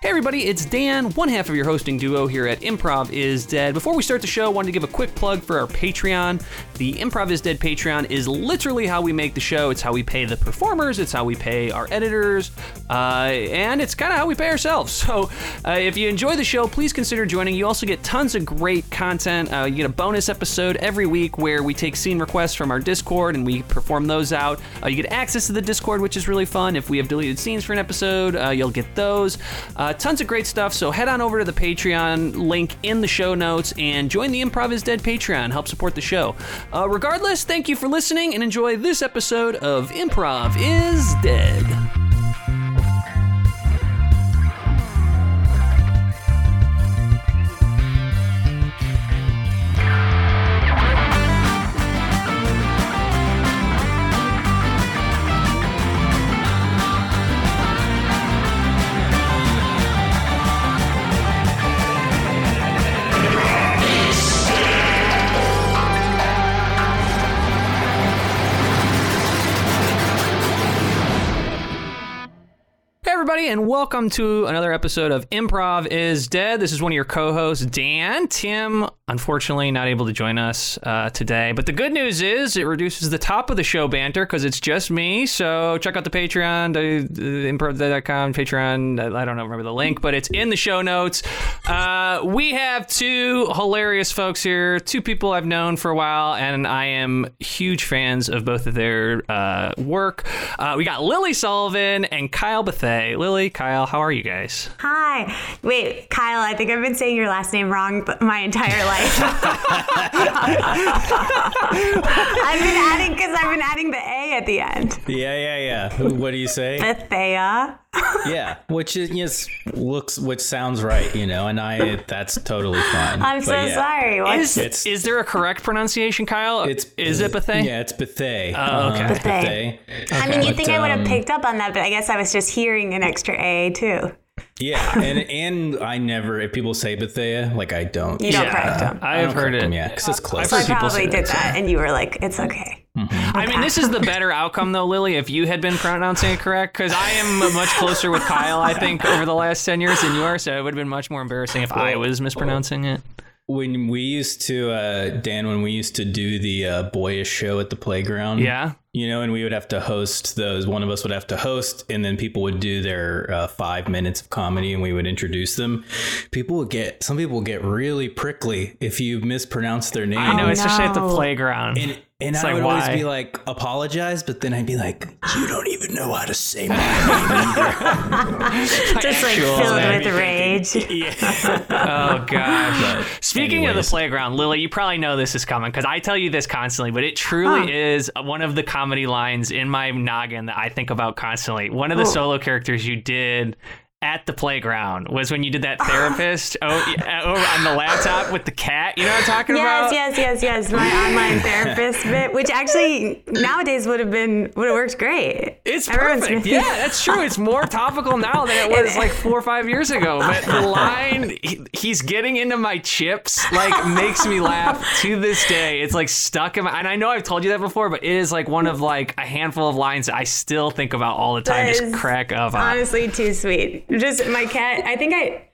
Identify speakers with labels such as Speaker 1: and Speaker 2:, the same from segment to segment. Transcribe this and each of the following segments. Speaker 1: Hey everybody, it's Dan, one half of your hosting duo here at Improv is Dead. Before we start the show, I wanted to give a quick plug for our Patreon. The Improv is Dead Patreon is literally how we make the show. It's how we pay the performers, it's how we pay our editors, uh, and it's kind of how we pay ourselves. So uh, if you enjoy the show, please consider joining. You also get tons of great content. Uh, you get a bonus episode every week where we take scene requests from our Discord and we perform those out. Uh, you get access to the Discord, which is really fun. If we have deleted scenes for an episode, uh, you'll get those. Uh, tons of great stuff. So head on over to the Patreon link in the show notes and join the Improv is Dead Patreon. Help support the show. Uh, regardless, thank you for listening and enjoy this episode of Improv is Dead. Hey, everybody, and welcome to another episode of Improv is Dead. This is one of your co hosts, Dan. Tim, unfortunately, not able to join us uh, today. But the good news is it reduces the top of the show banter because it's just me. So check out the Patreon, the, the improv.com, Patreon. I don't know, remember the link, but it's in the show notes. Uh, we have two hilarious folks here, two people I've known for a while, and I am huge fans of both of their uh, work. Uh, we got Lily Sullivan and Kyle Bethay. Lily, Kyle, how are you guys?
Speaker 2: Hi. Wait, Kyle, I think I've been saying your last name wrong b- my entire life. I've been adding because I've been adding the A at the end.
Speaker 3: Yeah, yeah, yeah. Who- What do you say?
Speaker 2: Bethea.
Speaker 3: yeah, which is yes, looks which sounds right, you know. And I that's totally fine.
Speaker 2: I'm
Speaker 3: But
Speaker 2: so
Speaker 3: yeah.
Speaker 2: sorry. What?
Speaker 1: Is,
Speaker 3: It's-
Speaker 1: is there a correct pronunciation, Kyle?
Speaker 3: It's
Speaker 1: is it Bethay? Oh,
Speaker 3: Yeah, it's Bethay.
Speaker 1: okay.
Speaker 3: Uh-huh,
Speaker 2: Bethay.
Speaker 3: Bethay.
Speaker 2: I mean, you
Speaker 3: But,
Speaker 2: think I would
Speaker 3: um,
Speaker 2: have picked up on that, but I guess I was just hearing an extra A too.
Speaker 3: Yeah, and and I never if people say Bethea, like I don't.
Speaker 2: You don't correct them.
Speaker 1: I have heard it.
Speaker 3: Yeah, because it's close.
Speaker 2: So I
Speaker 1: people say
Speaker 2: probably did that, and you were like, "It's okay."
Speaker 1: I mean, this is the better outcome, though, Lily, if you had been pronouncing it correct, because I am much closer with Kyle, I think, over the last 10 years than you are, so it would have been much more embarrassing if I was mispronouncing it.
Speaker 3: When we used to uh, Dan, when we used to do the uh, boyish show at the playground,
Speaker 1: Yeah.
Speaker 3: you know, and we would have to host those. One of us would have to host, and then people would do their uh, five minutes of comedy, and we would introduce them. People would get some people would get really prickly if you mispronounce their name.
Speaker 1: I know,
Speaker 2: Oh,
Speaker 1: especially at the
Speaker 2: no.
Speaker 1: playground.
Speaker 3: And, and
Speaker 1: It's
Speaker 3: I
Speaker 1: like,
Speaker 3: would
Speaker 1: why?
Speaker 3: always be like, apologize, but then I'd be like, you don't even know how to say my name. either."
Speaker 2: Just like
Speaker 1: actual
Speaker 2: filled
Speaker 1: name.
Speaker 2: with rage.
Speaker 1: Oh gosh! Speaking of the
Speaker 3: anyways.
Speaker 1: playground, Lily, you probably know this is coming because I tell you this constantly, but it truly is one of the comedy lines in my noggin that I think about constantly. One of the solo characters you did at the playground was when you did that therapist o- yeah, over on the laptop with the cat. You know what I'm talking about?
Speaker 2: Yes, yes, yes, yes. My online therapist bit, which actually nowadays would have been would have worked great.
Speaker 1: It's
Speaker 2: Everyone's
Speaker 1: perfect.
Speaker 2: been-
Speaker 1: Yeah, that's true. It's more topical now than it was like four or five years ago. But the line, he, he's getting into my chips, like makes me laugh to this day. It's like stuck in my, and I know I've told you that before, but it is like one of like a handful of lines that I still think about all the time,
Speaker 2: That
Speaker 1: just
Speaker 2: is
Speaker 1: crack up on.
Speaker 2: honestly too sweet. Just my cat. I think I.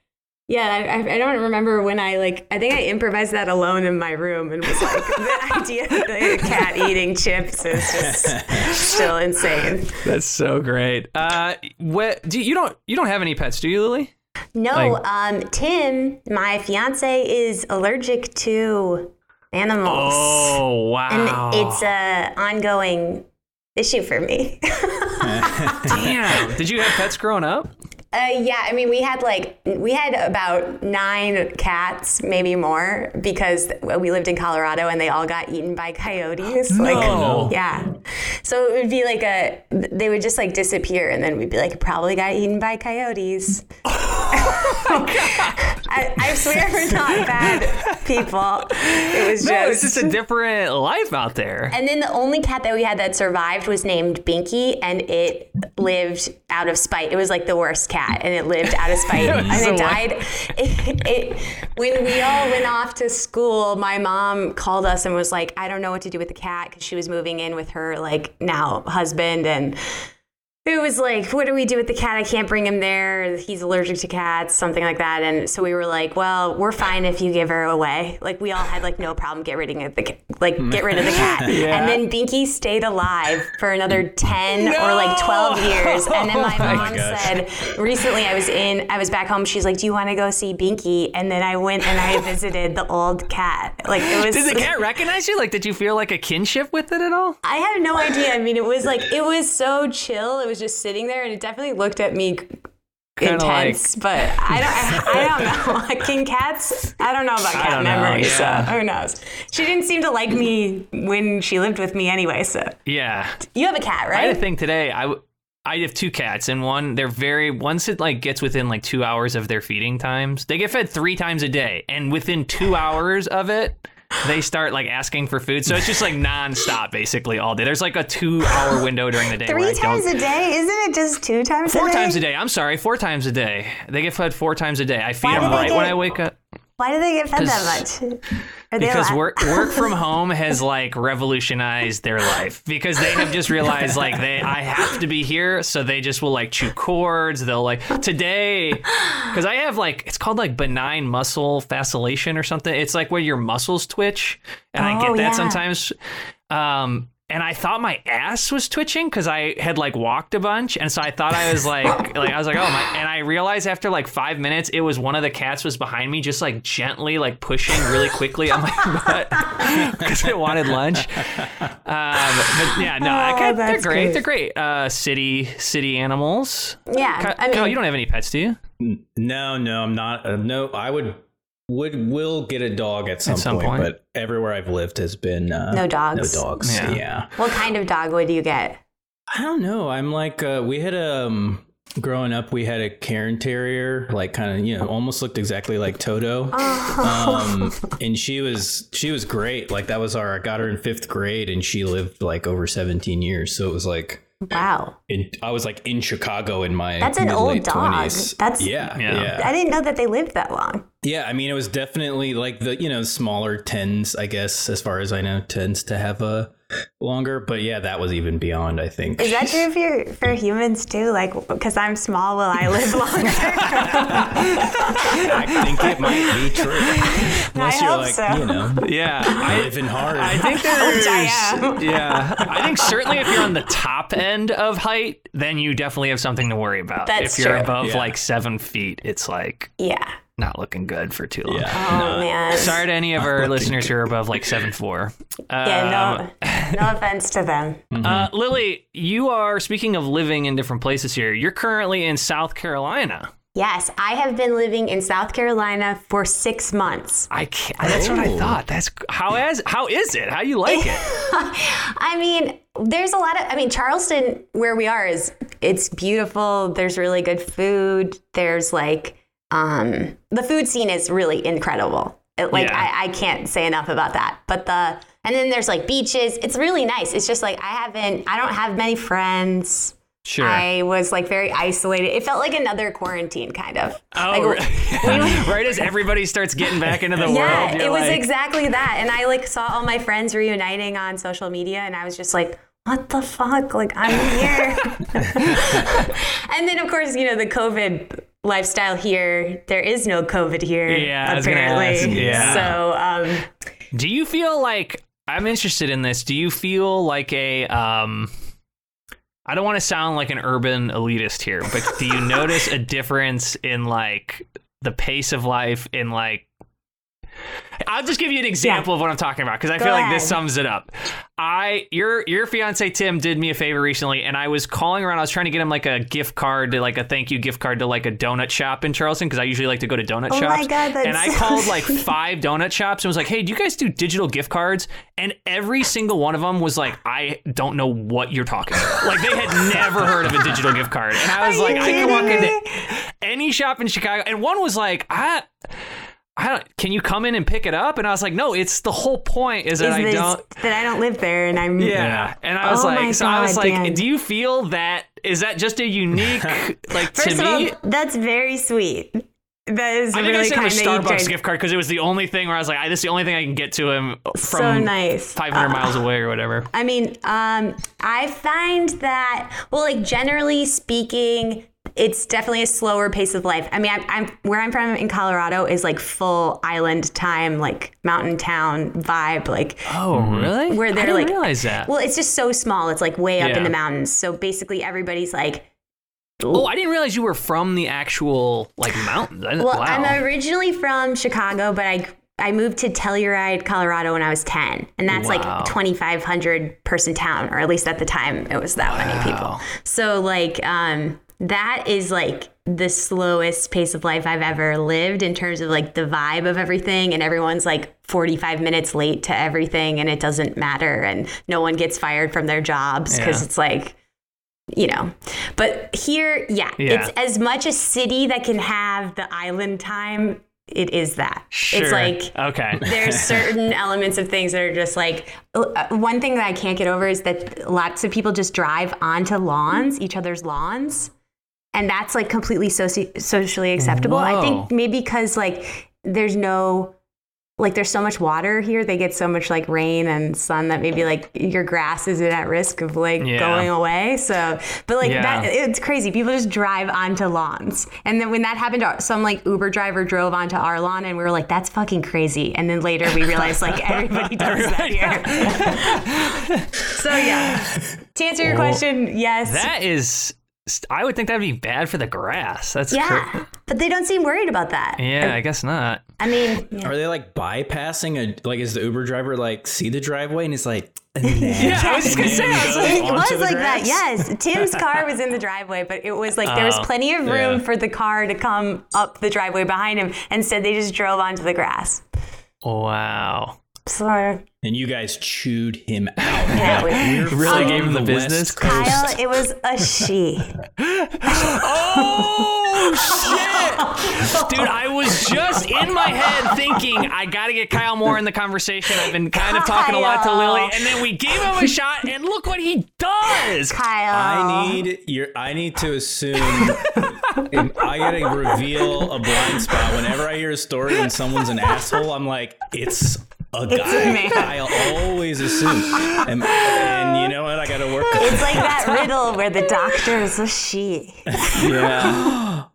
Speaker 2: Yeah, I, I- I don't remember when I like. I think I improvised that alone in my room and was like, the idea of the cat eating chips is just still insane.
Speaker 1: That's so great. Uh, what do you don't you don't have any pets, do you, Lily?
Speaker 2: No,
Speaker 1: Like-
Speaker 2: um, Tim, my fiance is allergic to animals,
Speaker 1: Oh
Speaker 2: and
Speaker 1: wow!
Speaker 2: it's a ongoing issue for me.
Speaker 1: damn. Did you have pets growing up?
Speaker 2: Uh, yeah, I mean, we had like we had about nine cats, maybe more, because we lived in Colorado and they all got eaten by coyotes.
Speaker 1: No.
Speaker 2: Like, yeah. So it would be like a they would just like disappear, and then we'd be like, probably got eaten by coyotes.
Speaker 1: Oh
Speaker 2: I, I swear we're not bad people. It was just.
Speaker 1: No, it's just a different life out there.
Speaker 2: And then the only cat that we had that survived was named Binky, and it lived out of spite. It was like the worst cat, and it lived out of spite, and
Speaker 1: so
Speaker 2: it
Speaker 1: what?
Speaker 2: died. It, it, when we all went off to school, my mom called us and was like, "I don't know what to do with the cat because she was moving in with her like now husband and." who was like, "What do we do with the cat? I can't bring him there. He's allergic to cats, something like that." And so we were like, "Well, we're fine if you give her away." Like we all had like no problem get rid of the ca- like get rid of the cat. And then Binky stayed alive for another ten or like twelve years. And then my
Speaker 1: Oh
Speaker 2: mom
Speaker 3: gosh.
Speaker 2: said, "Recently, I was in, I was back home. She's like, "Do you want to go see Binky?" And then I went and I visited the old cat. Like it was.
Speaker 1: Did the cat recognize you? Like, did you feel like a kinship with it at all?
Speaker 2: I had no idea. I mean, it was like it was so chill. It was just sitting there, and it definitely looked at me
Speaker 1: Kinda like-
Speaker 2: intense. But I don't, I, I don't know. Can cats? I don't know about cat
Speaker 1: don't know,
Speaker 2: memories.
Speaker 1: yeah.
Speaker 2: So who knows? She didn't seem to like me when she lived with me anyway. So
Speaker 1: Yeah.
Speaker 2: you have a cat,
Speaker 1: I had a
Speaker 2: right?
Speaker 1: thing today. I w- I have two cats, and one they're very once it like gets within like two hours of their feeding times, they get fed three times a day, and within two hours of it. They start like asking for food, so it's just like nonstop, basically all day. There's like a two-hour window during the day. where I
Speaker 2: Three
Speaker 1: don't-
Speaker 2: times a day? Isn't it just two times?
Speaker 1: four
Speaker 2: a day?
Speaker 1: times a day. I'm sorry, four times a day. They get fed four times a day. I feed
Speaker 2: Why
Speaker 1: them
Speaker 2: do they
Speaker 1: right when
Speaker 2: get-
Speaker 1: I wake up.
Speaker 2: Why do they get fed that
Speaker 1: 'Cause-
Speaker 2: much? Are they
Speaker 1: because
Speaker 2: allowed-
Speaker 1: work work from home has like revolutionized their life because they have just realized like they I have to be here so they just will like chew cords they'll like today because I have like it's called like benign muscle fascination or something it's like where your muscles twitch and I
Speaker 2: Oh,
Speaker 1: get that
Speaker 2: yeah.
Speaker 1: sometimes um and I thought my ass was twitching because I had like walked a bunch, and so I thought I was like, like I was like, oh my! And I realized after like five minutes, it was one of the cats was behind me, just like gently like pushing really quickly on my butt because it wanted lunch. Um, but yeah, no, I got-
Speaker 2: Oh,
Speaker 1: they're
Speaker 2: that's
Speaker 1: great.
Speaker 2: great.
Speaker 1: They're great. Uh, city city animals.
Speaker 2: Yeah,
Speaker 1: Ka-
Speaker 2: I mean,
Speaker 1: Kyle, you don't have any pets, do you?
Speaker 3: No, no, I'm not. Uh, no, I would would will get a dog at some,
Speaker 1: some point.
Speaker 3: but everywhere I've lived has been uh,
Speaker 2: No dogs.
Speaker 3: No dogs.
Speaker 1: Yeah.
Speaker 3: Yeah.
Speaker 2: what kind of dog would you get?
Speaker 3: I don't know. I'm like uh, we had um growing up we had a Cairn terrier, like kind of you know almost looked exactly like Toto.
Speaker 2: Oh.
Speaker 3: Um, and she was she was great. Like that was our I got her in fifth grade, and she lived like over 17 years. So it was like.
Speaker 2: Wow,
Speaker 3: In, I was like in Chicago in my
Speaker 2: That's an
Speaker 3: mid-
Speaker 2: old
Speaker 3: late
Speaker 2: dog.
Speaker 3: 20s.
Speaker 2: That's-
Speaker 3: yeah,
Speaker 1: Yeah.
Speaker 3: yeah,
Speaker 2: I didn't know that they lived that long.
Speaker 3: Yeah, I mean, it was definitely like the you know smaller tens, I guess, as far as I know, tends to have a longer. But yeah, that was even beyond. I think.
Speaker 2: Is that true for for humans too? Like, because I'm small, will I live longer?
Speaker 3: I think it might be true. Unless you're
Speaker 2: hope
Speaker 3: like
Speaker 2: so.
Speaker 3: you know
Speaker 1: Yeah, I,
Speaker 3: living hard.
Speaker 1: I think
Speaker 2: Which
Speaker 1: there's.
Speaker 2: I am.
Speaker 1: Yeah, I think certainly if you're on the top end of height, then you definitely have something to worry about.
Speaker 2: That's
Speaker 1: if you're
Speaker 2: true.
Speaker 1: above
Speaker 3: Yeah.
Speaker 1: like seven feet, it's like
Speaker 2: yeah.
Speaker 1: not looking good for too long.
Speaker 3: yeah.
Speaker 2: Oh man.
Speaker 1: Sorry to any of our listeners who are above like seven four.
Speaker 2: Yeah. No. no offense to them.
Speaker 3: Mm-hmm.
Speaker 1: Uh, Lily, you are speaking of living in different places here. You're currently in South Carolina.
Speaker 2: Yes, I have been living in South Carolina for six months.
Speaker 1: I can't, that's what I
Speaker 3: Oh.
Speaker 1: thought. That's how is how is it? How you like it?
Speaker 2: I mean, there's a lot of. I mean, Charleston, where we are, is it's beautiful. There's really good food. There's like, um, the food scene is really incredible. It- like,
Speaker 1: Yeah.
Speaker 2: I, I can't say enough about that. But the and then there's like beaches. It's really nice. It's just like I haven't. I don't have many friends.
Speaker 1: Sure.
Speaker 2: I was like very isolated. It felt like another quarantine, kind of.
Speaker 1: oh,
Speaker 2: Like,
Speaker 1: right. right as everybody starts getting back into the world,
Speaker 2: yeah,
Speaker 1: you're
Speaker 2: it was
Speaker 1: like,
Speaker 2: exactly that. And I like saw all my friends reuniting on social media, and I was just like, "What the fuck? Like I'm here." and then of course, you know, the COVID lifestyle here. There is no COVID here.
Speaker 1: Yeah, I was gonna
Speaker 2: apparently.
Speaker 1: ask, yeah.
Speaker 2: So. Um,
Speaker 1: Do you feel like I'm interested in this? Do you feel like a um I don't want to sound like an urban elitist here, but do you notice a difference in like the pace of life in like I'll just give you an example of what I'm talking about because I
Speaker 2: Go
Speaker 1: feel like
Speaker 2: ahead.
Speaker 1: this sums it up. I your your fiance Tim did me a favor recently, and I was calling around. I was trying to get him like a gift card to like a thank you gift card to like a donut shop in Charleston because I usually like to go to donut
Speaker 2: Oh my
Speaker 1: shops.
Speaker 2: God, that's
Speaker 1: and I
Speaker 2: so
Speaker 1: called like five donut shops and was like, "Hey, do you guys do digital gift cards?" And every single one of them was like, "I don't know what you're talking about." Like they had never heard of a digital gift card, and I was
Speaker 2: Are
Speaker 1: like,
Speaker 2: you
Speaker 1: "I can walk
Speaker 2: kidding me?
Speaker 1: into any shop in Chicago," and one was like, "I." I don't, can you come in and pick it up? And I was like, no, it's the whole point is that
Speaker 2: is
Speaker 1: I
Speaker 2: this-
Speaker 1: don't.
Speaker 2: that I don't live there, and I'm
Speaker 1: Yeah. And I was
Speaker 2: Oh my
Speaker 1: like, so I was
Speaker 2: God,
Speaker 1: like,
Speaker 2: Dan.
Speaker 1: do you feel that? Is that just a unique, like,
Speaker 2: First
Speaker 1: to
Speaker 2: of
Speaker 1: me?
Speaker 2: all, that's very sweet.
Speaker 4: That is
Speaker 1: I think
Speaker 4: really
Speaker 1: I sent him a
Speaker 4: kind that you
Speaker 1: Starbucks
Speaker 4: did.
Speaker 1: gift card because it was the only thing where I was like, I, "This is the only thing I can get to him from
Speaker 4: So nice.
Speaker 1: 500 miles away or whatever."
Speaker 2: I mean, um, I find that, well, like generally speaking, it's definitely a slower pace of life. I mean, I'm, I'm where I'm from in Colorado is like full island time, like mountain town vibe. Like,
Speaker 1: Oh, really?
Speaker 2: Where they're
Speaker 1: I didn't
Speaker 2: like-
Speaker 1: realize that.
Speaker 2: well, it's just so small. It's like way up
Speaker 1: Ah. Yeah.
Speaker 2: in the mountains. So basically, everybody's like,
Speaker 1: oh, I didn't realize you were from the actual like mountains. I,
Speaker 2: well,
Speaker 1: wow.
Speaker 2: I'm originally from Chicago, but I I moved to Telluride, Colorado when I was 10. And that's
Speaker 1: Wow.
Speaker 2: like 2500 person town or at least at the time it was that many people. So like um that is like the slowest pace of life I've ever lived in terms of like the vibe of everything and everyone's like 45 minutes late to everything and it doesn't matter and no one gets fired from their jobs cuz
Speaker 1: Yeah.
Speaker 2: it's like you know. But here, yeah,
Speaker 1: Yeah.
Speaker 2: it's as much a city that can have the island time. It is that. It's
Speaker 1: Sure.
Speaker 2: like
Speaker 1: okay.
Speaker 2: there's certain elements of things that are just like uh, one thing that I can't get over is that lots of people just drive onto lawns, each other's lawns, and that's like completely soci- socially acceptable. I think
Speaker 1: Whoa.
Speaker 2: maybe because like there's no like there's so much water here they get so much like rain and sun that maybe like your grass isn't at risk of like
Speaker 1: Yeah.
Speaker 2: going away so but like
Speaker 1: Yeah.
Speaker 2: that it's crazy people just drive onto lawns and then when that happened to our- some like uber driver drove onto our lawn and we were like that's fucking crazy and then later we realized like everybody does that here so yeah to answer your question yes
Speaker 1: That is, I would think that'd be bad for the grass. That's
Speaker 2: yeah
Speaker 1: cra-
Speaker 2: but they don't seem worried about that
Speaker 1: yeah, I guess not.
Speaker 2: i mean yeah.
Speaker 3: Are they like bypassing a like? Is the Uber driver like see the driveway and he's like, nah.
Speaker 1: Yeah, I was just gonna say, I was like,
Speaker 2: It
Speaker 3: onto
Speaker 2: was
Speaker 3: the
Speaker 2: like that,
Speaker 3: grass?
Speaker 2: yes. Tim's car was in the driveway, but it was like there was
Speaker 1: Oh,
Speaker 2: plenty of room
Speaker 3: yeah.
Speaker 2: for the car to come up the driveway behind him. Instead, they just drove onto the grass.
Speaker 1: wow.
Speaker 2: So,
Speaker 3: and you guys chewed him out.
Speaker 2: yeah, we-
Speaker 3: You're
Speaker 1: Really
Speaker 3: from
Speaker 1: gave him the
Speaker 3: West
Speaker 1: business?
Speaker 3: Coast.
Speaker 2: Kyle, it was a she.
Speaker 1: Oh shit, dude! I was just in my head thinking I gotta get Kyle Moore in the conversation. I've been kind of talking a lot to
Speaker 2: Kyle.
Speaker 1: Lily, and then we gave him a shot, and look what he does.
Speaker 2: Kyle.
Speaker 3: I need your. I need to assume. I gotta reveal a blind spot whenever I hear a story and someone's an asshole. I'm like, it's a guy.
Speaker 2: man.
Speaker 3: I always assume, and, and you know what? I gotta work. on
Speaker 2: It's like that riddle where the doctor is a she.
Speaker 3: it. Yeah,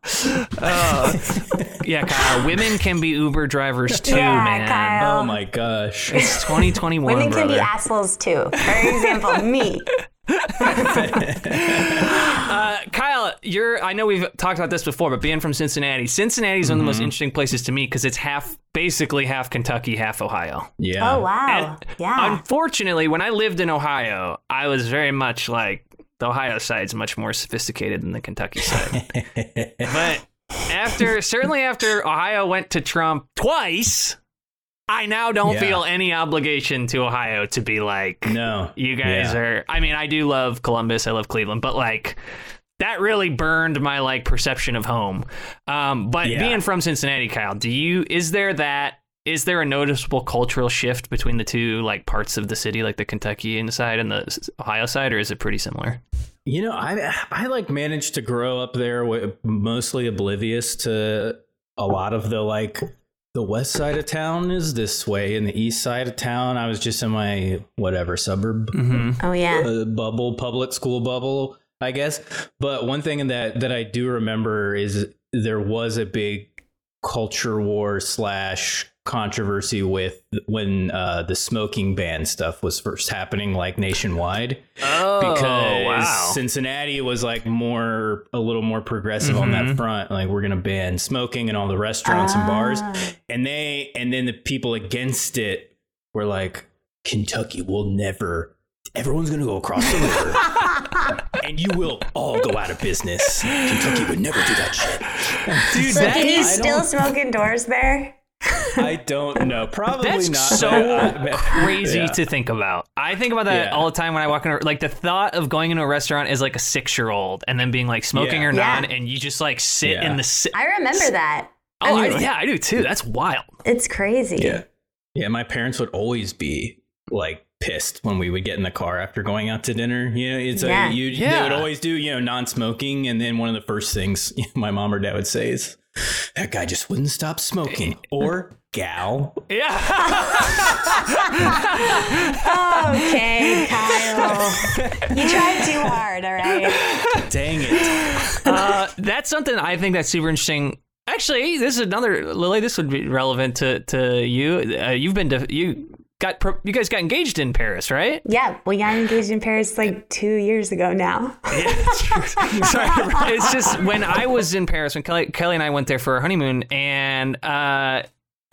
Speaker 1: Yeah, Kyle. Women can be Uber drivers too,
Speaker 2: Yeah,
Speaker 1: man.
Speaker 2: Kyle.
Speaker 3: Oh my gosh.
Speaker 1: It's 2021,
Speaker 2: Women can
Speaker 1: brother.
Speaker 2: be assholes too. For example, me.
Speaker 1: Uh, Kyle, you're. I know we've talked about this before, but being from Cincinnati, Cincinnati's one of the most interesting places to me because it's half, basically half Kentucky, half Ohio.
Speaker 3: Yeah.
Speaker 2: Oh wow.
Speaker 1: And
Speaker 2: Yeah.
Speaker 1: Unfortunately, when I lived in Ohio, I was very much like the Ohio side's much more sophisticated than the Kentucky side. but after, certainly after Ohio went to Trump twice, I now don't
Speaker 3: Yeah.
Speaker 1: feel any obligation to Ohio to be like,
Speaker 3: No.
Speaker 1: you guys
Speaker 3: Yeah.
Speaker 1: are i mean i do love columbus i love cleveland but like that really burned my like perception of home um, but
Speaker 3: Yeah.
Speaker 1: being from cincinnati kyle do you is there that is there a noticeable cultural shift between the two like parts of the city like the kentucky side and the S- ohio side or is it pretty similar
Speaker 3: You know, I I like managed to grow up there wi- mostly oblivious to a lot of the like the west side of town is this way and the east side of town I was just in my whatever suburb
Speaker 1: mm-hmm.
Speaker 2: Oh yeah.
Speaker 3: uh, bubble public school bubble I guess but one thing that that I do remember is there was a big culture war slash controversy with when uh, the smoking ban stuff was first happening like nationwide
Speaker 1: oh
Speaker 3: because
Speaker 1: wow
Speaker 3: Cincinnati was like more a little more progressive on
Speaker 1: Mhm.
Speaker 3: that front. Like we're gonna ban smoking in all the restaurants
Speaker 1: Ah.
Speaker 5: Ah.
Speaker 3: and bars, and they and then the people against it were like, Kentucky will never. Everyone's gonna go across the river, and you will all go out of business. Kentucky would never do that shit.
Speaker 1: dude
Speaker 2: So
Speaker 1: that
Speaker 2: can you
Speaker 1: is
Speaker 2: still smoke indoors there?
Speaker 3: I don't know. Probably
Speaker 1: That's
Speaker 3: not.
Speaker 1: so
Speaker 3: but I-
Speaker 1: crazy
Speaker 3: Yeah.
Speaker 1: to think about. I think about that
Speaker 3: Yeah.
Speaker 1: all the time when I walk in. A, like the thought of going into a restaurant as like a six year old and then being like smoking
Speaker 3: Yeah.
Speaker 1: or
Speaker 2: Yeah.
Speaker 1: not, and you just like sit
Speaker 3: Yeah.
Speaker 1: in the. Si-
Speaker 2: I remember that.
Speaker 1: oh, I,
Speaker 2: mean-
Speaker 1: yeah, I do too. That's wild.
Speaker 2: It's crazy.
Speaker 3: Yeah. Yeah, my parents would always be like pissed when we would get in the car after going out to dinner. You know, it's
Speaker 5: Yeah.
Speaker 3: a, you,
Speaker 1: Yeah.
Speaker 3: they would always do, you know, non smoking. And then one of the first things my mom or dad would say is, that guy just wouldn't stop smoking or gal.
Speaker 1: Yeah.
Speaker 2: Okay, Kyle. you tried too hard, all right?
Speaker 3: Dang it.
Speaker 1: uh, that's something I think that's super interesting. Actually, this is another Lily. This would be relevant to to you. Uh, you've been to you got pro- you guys got engaged in Paris, right?
Speaker 2: Yeah, we got engaged in Paris like two years ago now.
Speaker 1: Sorry, it's just when I was in Paris, when Kelly, Kelly and I went there for our honeymoon, and uh,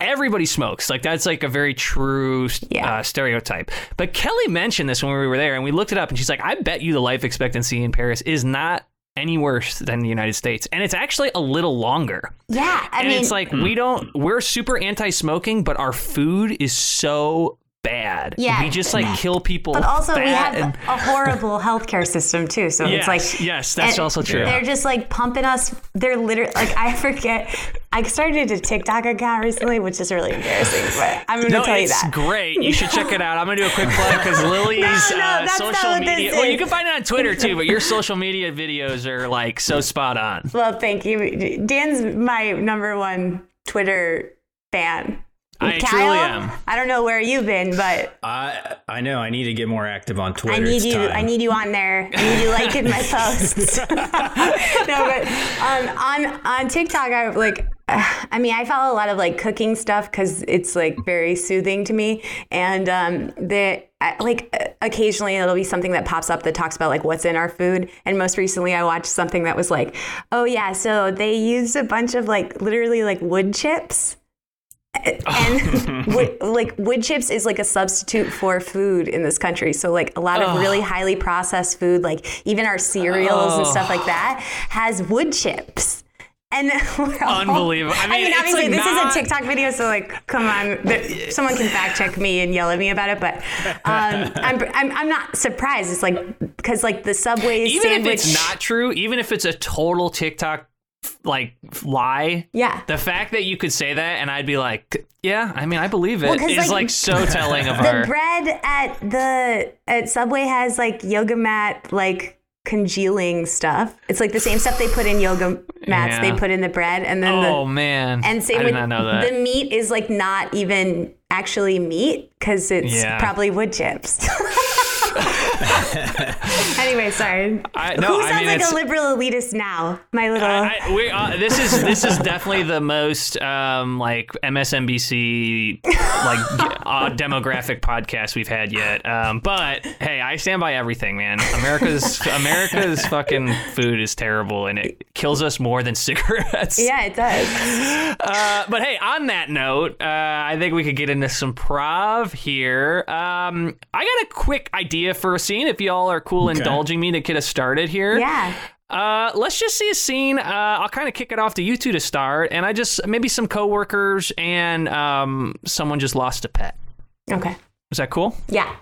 Speaker 1: everybody smokes. Like that's like a very true
Speaker 2: Yeah.
Speaker 1: uh, stereotype. But Kelly mentioned this when we were there, and we looked it up, and she's like, "I bet you the life expectancy in Paris is not." Any worse than the United States, and it's actually a little longer.
Speaker 5: Yeah, I
Speaker 1: and
Speaker 5: mean,
Speaker 1: it's like we don't we're super anti-smoking but our food is so bad
Speaker 5: Yeah.
Speaker 1: we just like kill people
Speaker 5: but also we
Speaker 1: fat
Speaker 5: have
Speaker 1: and-
Speaker 5: a horrible healthcare system too. So it's
Speaker 1: yes,
Speaker 5: like
Speaker 1: yes that's
Speaker 5: and
Speaker 1: also true
Speaker 5: They're just like pumping us. They're literally like I forget. I started a TikTok account recently, which is really embarrassing, but I'm gonna
Speaker 1: no,
Speaker 5: tell you
Speaker 1: it's
Speaker 5: that.
Speaker 1: great. You should check it out. I'm gonna do a quick plug because Lily's
Speaker 5: no,
Speaker 1: uh,
Speaker 5: that's not
Speaker 1: social
Speaker 5: what this
Speaker 1: media. Well, you
Speaker 5: is.
Speaker 1: can find it on Twitter too, but your social media videos are like so spot on.
Speaker 2: Well, thank you. Dan's my number one Twitter fan.
Speaker 1: I
Speaker 2: Kyle,
Speaker 1: truly am.
Speaker 2: I don't know where you've been, but
Speaker 3: I I know I need to get more active on Twitter.
Speaker 2: I need
Speaker 3: It's
Speaker 2: you.
Speaker 3: time.
Speaker 2: I need you on there. I need you liking my posts. no, but um, on on TikTok, I like. I mean, I follow a lot of like cooking stuff because it's like very soothing to me, and um, the I- like uh, occasionally it'll be something that pops up that talks about like what's in our food. And most recently, I watched something that was like, oh yeah, so they used a bunch of like literally like wood chips and wood, like wood chips is like a substitute for food in this country so like a lot of really highly processed food like even our cereals and stuff like that has wood chips and we're all-
Speaker 1: Unbelievable. I
Speaker 2: I mean,
Speaker 1: mean, it's,
Speaker 2: obviously,
Speaker 1: like,
Speaker 2: this
Speaker 1: not-
Speaker 2: is a TikTok video, so like, come on, there- someone can fact check me and yell at me about it. But um, I'm, I'm, I'm not surprised. It's like because like the Subway
Speaker 1: Even
Speaker 2: sandwich.
Speaker 1: if it's not true, even if it's a total TikTok like lie,
Speaker 2: yeah,
Speaker 1: The fact that you could say that and I'd be like, yeah, I mean, I believe it is
Speaker 2: 'cause,
Speaker 1: like,
Speaker 2: like,
Speaker 1: so telling of
Speaker 2: the
Speaker 1: our.
Speaker 2: bread at the at Subway has like yoga mat like congealing stuff. It's like the same stuff they put in yoga mats.
Speaker 1: Yeah.
Speaker 2: They put in the bread, and then
Speaker 1: oh
Speaker 2: the
Speaker 1: man,
Speaker 2: and
Speaker 1: I
Speaker 2: same
Speaker 1: did
Speaker 2: with
Speaker 1: not know that.
Speaker 2: the meat is like not even actually meat because it's
Speaker 1: Yeah.
Speaker 2: probably wood chips. anyway, sorry.
Speaker 1: I- no,
Speaker 2: Who
Speaker 1: I
Speaker 2: sounds
Speaker 1: mean,
Speaker 2: like
Speaker 1: it's-
Speaker 2: a liberal elitist now? My little.
Speaker 1: I, I- we, uh, this is this is definitely the most um, like MSNBC like uh, demographic podcast we've had yet. Um, but hey, I stand by everything, man. America's America's fucking food is terrible, and it kills us more than cigarettes.
Speaker 2: yeah, it does.
Speaker 1: Uh, but hey, on that note, uh, I think we could get into some prov here. Um, I got a quick idea for a scene. If y'all are cool indulging me to get us started here,
Speaker 2: Yeah.
Speaker 1: Uh, let's just see a scene. Uh, I'll kind of kick it off to you two to start, and I just maybe some coworkers and um, someone just lost a pet.
Speaker 2: Okay.
Speaker 1: Is that cool?
Speaker 2: Yeah.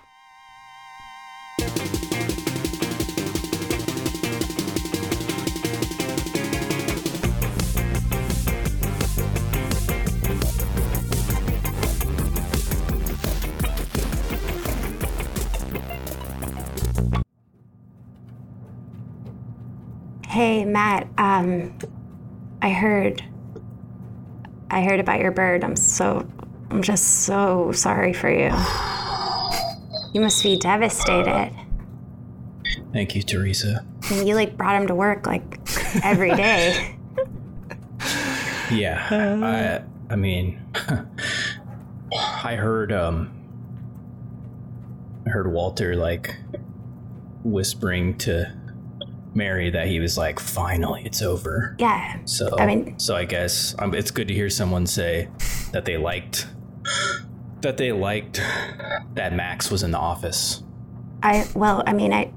Speaker 2: Hey, Matt, um, I heard. I heard about your bird. I'm so. I'm just so sorry for you. You must be devastated.
Speaker 3: Thank you, Teresa.
Speaker 2: And you like brought him to work like every day.
Speaker 3: Yeah,
Speaker 2: Uh-huh.
Speaker 3: I I mean, I heard um, I heard Walter like whispering to Mary that he was like, "Finally, it's over."
Speaker 2: yeah.
Speaker 3: So
Speaker 2: I mean-
Speaker 3: so I guess um, it's good to hear someone say that they liked that they liked that Max was in the office.
Speaker 2: I well, I mean, I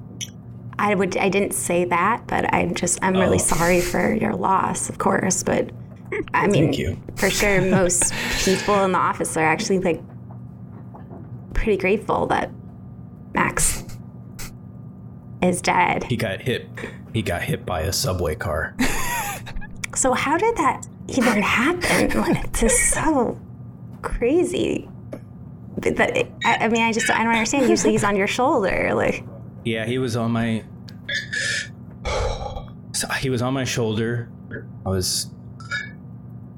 Speaker 2: I would I didn't say that, but I'm just I'm really
Speaker 3: Oh.
Speaker 2: sorry for your loss, of course, but I mean,
Speaker 3: Thank you.
Speaker 2: for sure most people in the office are actually like pretty grateful that Max is dead.
Speaker 3: He got hit. He got hit by a subway car.
Speaker 2: So how did that even happen? Like, It's just so crazy but that, I, I mean, I just I don't understand. Usually he's on your shoulder, like
Speaker 3: Yeah, he was on my. So he was on my shoulder. I was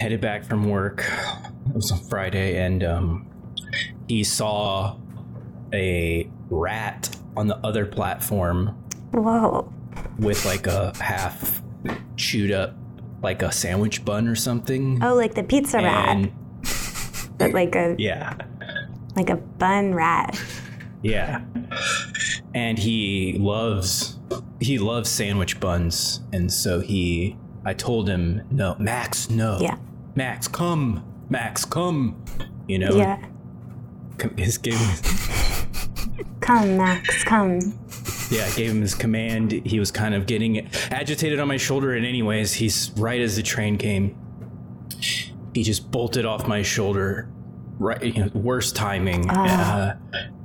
Speaker 3: headed back from work. It was on Friday, and um, he saw a rat on the other platform
Speaker 2: whoa.
Speaker 3: with like a half chewed up, like a sandwich bun or something.
Speaker 2: Oh, like the pizza rat,
Speaker 3: and
Speaker 2: but like a
Speaker 3: yeah,
Speaker 2: like a bun rat.
Speaker 3: Yeah. And he loves he loves sandwich buns and so he I told him, "No, Max, no.
Speaker 2: Yeah.
Speaker 3: Max, come. Max, come." You know.
Speaker 2: Yeah.
Speaker 3: com- His gave him,
Speaker 2: Come, Max, come.
Speaker 3: yeah, I gave him his command. He was kind of getting agitated on my shoulder and anyways, he's right as the train came. He just bolted off my shoulder. Right, you know, worst timing. Uh,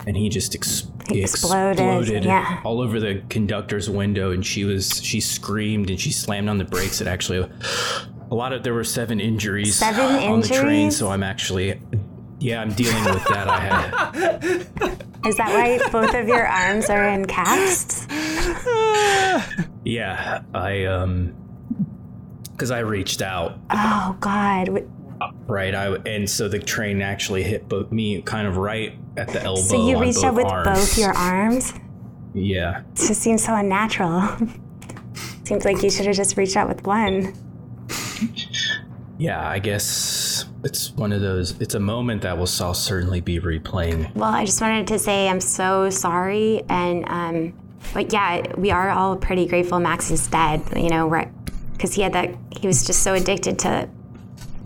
Speaker 3: and he just ex-
Speaker 2: Ah. He
Speaker 3: exploded,
Speaker 2: exploded, yeah.
Speaker 3: all over the conductor's window and she was she screamed and she slammed on the brakes it actually a lot of there were seven injuries
Speaker 2: Seven
Speaker 3: on the train
Speaker 2: injuries?
Speaker 3: so i'm actually yeah i'm dealing with that i had
Speaker 2: Is that why both of your arms are in casts?
Speaker 3: yeah i um because i reached out
Speaker 2: Oh God. W-
Speaker 3: right i and so the train actually hit both me kind of right at the elbow
Speaker 2: So you
Speaker 3: on
Speaker 2: reached
Speaker 3: both
Speaker 2: out with
Speaker 3: arms.
Speaker 2: both your arms?
Speaker 3: yeah
Speaker 2: It just seems so unnatural. seems like you should have just reached out with one.
Speaker 3: yeah i guess it's one of those it's a moment that will so certainly be replaying
Speaker 2: Well, I just wanted to say I'm so sorry, and um, but yeah, we are all pretty grateful Max is dead. You know, right? Because he had that. He was just so addicted to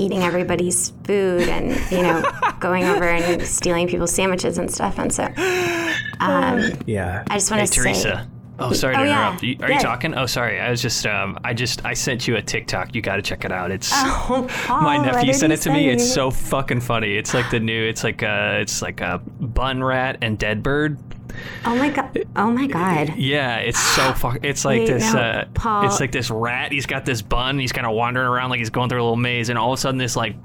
Speaker 2: eating everybody's food and you know going over and stealing people's sandwiches and stuff. And so
Speaker 3: yeah
Speaker 2: I just want
Speaker 1: Hey,
Speaker 2: to say,
Speaker 1: Teresa. Oh, sorry to
Speaker 2: Oh, yeah.
Speaker 1: interrupt. You- Are you
Speaker 2: Yeah.
Speaker 1: talking? Oh, sorry. I was just, um, I just, I sent you a TikTok. You got to check it out. It's
Speaker 2: Oh,
Speaker 1: my
Speaker 2: Paul, why
Speaker 1: nephew
Speaker 2: did
Speaker 1: sent
Speaker 2: you
Speaker 1: it to me.
Speaker 2: send
Speaker 1: It's so fucking funny. It's like the new. It's like a, it's like a bun rat and dead bird.
Speaker 2: Oh my god! Oh my god!
Speaker 1: Yeah, it's so fuck. It's like
Speaker 2: Wait,
Speaker 1: this.
Speaker 2: no,
Speaker 1: uh,
Speaker 2: Paul-
Speaker 1: It's like this rat. He's got this bun. He's kind of wandering around like he's going through a little maze, and all of a sudden, this like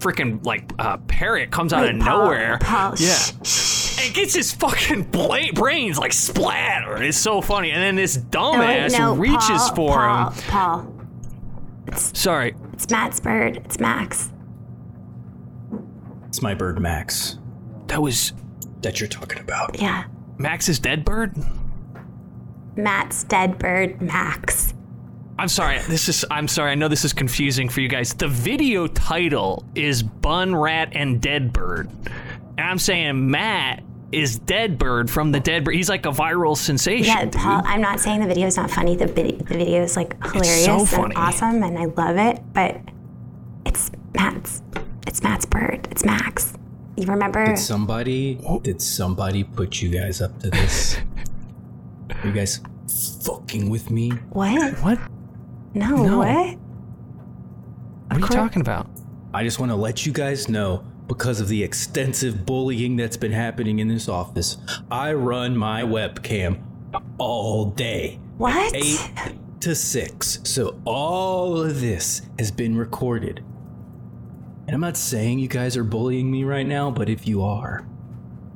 Speaker 1: freaking like uh, parrot comes out of
Speaker 2: Paul,
Speaker 1: nowhere.
Speaker 2: Paul,
Speaker 1: yeah.
Speaker 2: shh, shh.
Speaker 1: It gets his fucking bla- brains like splatter. It's so funny. And then this
Speaker 2: No, wait,
Speaker 1: dumbass
Speaker 2: no,
Speaker 1: reaches
Speaker 2: Paul,
Speaker 1: for
Speaker 2: Paul,
Speaker 1: him.
Speaker 2: Paul,
Speaker 1: Sorry.
Speaker 2: it's Matt's bird. It's Max.
Speaker 3: it's my bird max
Speaker 1: That was
Speaker 3: that you're talking about.
Speaker 2: Yeah,
Speaker 1: Max's dead bird?
Speaker 2: Matt's dead bird, Max.
Speaker 1: I'm sorry. This is I'm sorry. I know this is confusing for you guys. The video title is Bun Rat and Dead Bird. And I'm saying Matt is Dead Bird from the Dead Bird. He's like a viral sensation.
Speaker 2: Yeah,
Speaker 1: dude.
Speaker 2: Paul, I'm not saying the video is not funny. The, vid- the video is like hilarious
Speaker 1: so
Speaker 2: and
Speaker 1: funny.
Speaker 2: awesome, and I love it. But it's Matt's. It's Matt's bird. It's Max. You remember?
Speaker 3: Did somebody did somebody put you guys up to this? Are you guys fucking with me?
Speaker 2: what?
Speaker 1: What?
Speaker 2: No,
Speaker 1: No.
Speaker 2: What?
Speaker 1: What are you talking about?
Speaker 3: I just want to let you guys know because of the extensive bullying that's been happening in this office. I run my webcam all day.
Speaker 2: What?
Speaker 3: 8 to 6. So all of this has been recorded. And I'm not saying you guys are bullying me right now, but if you are,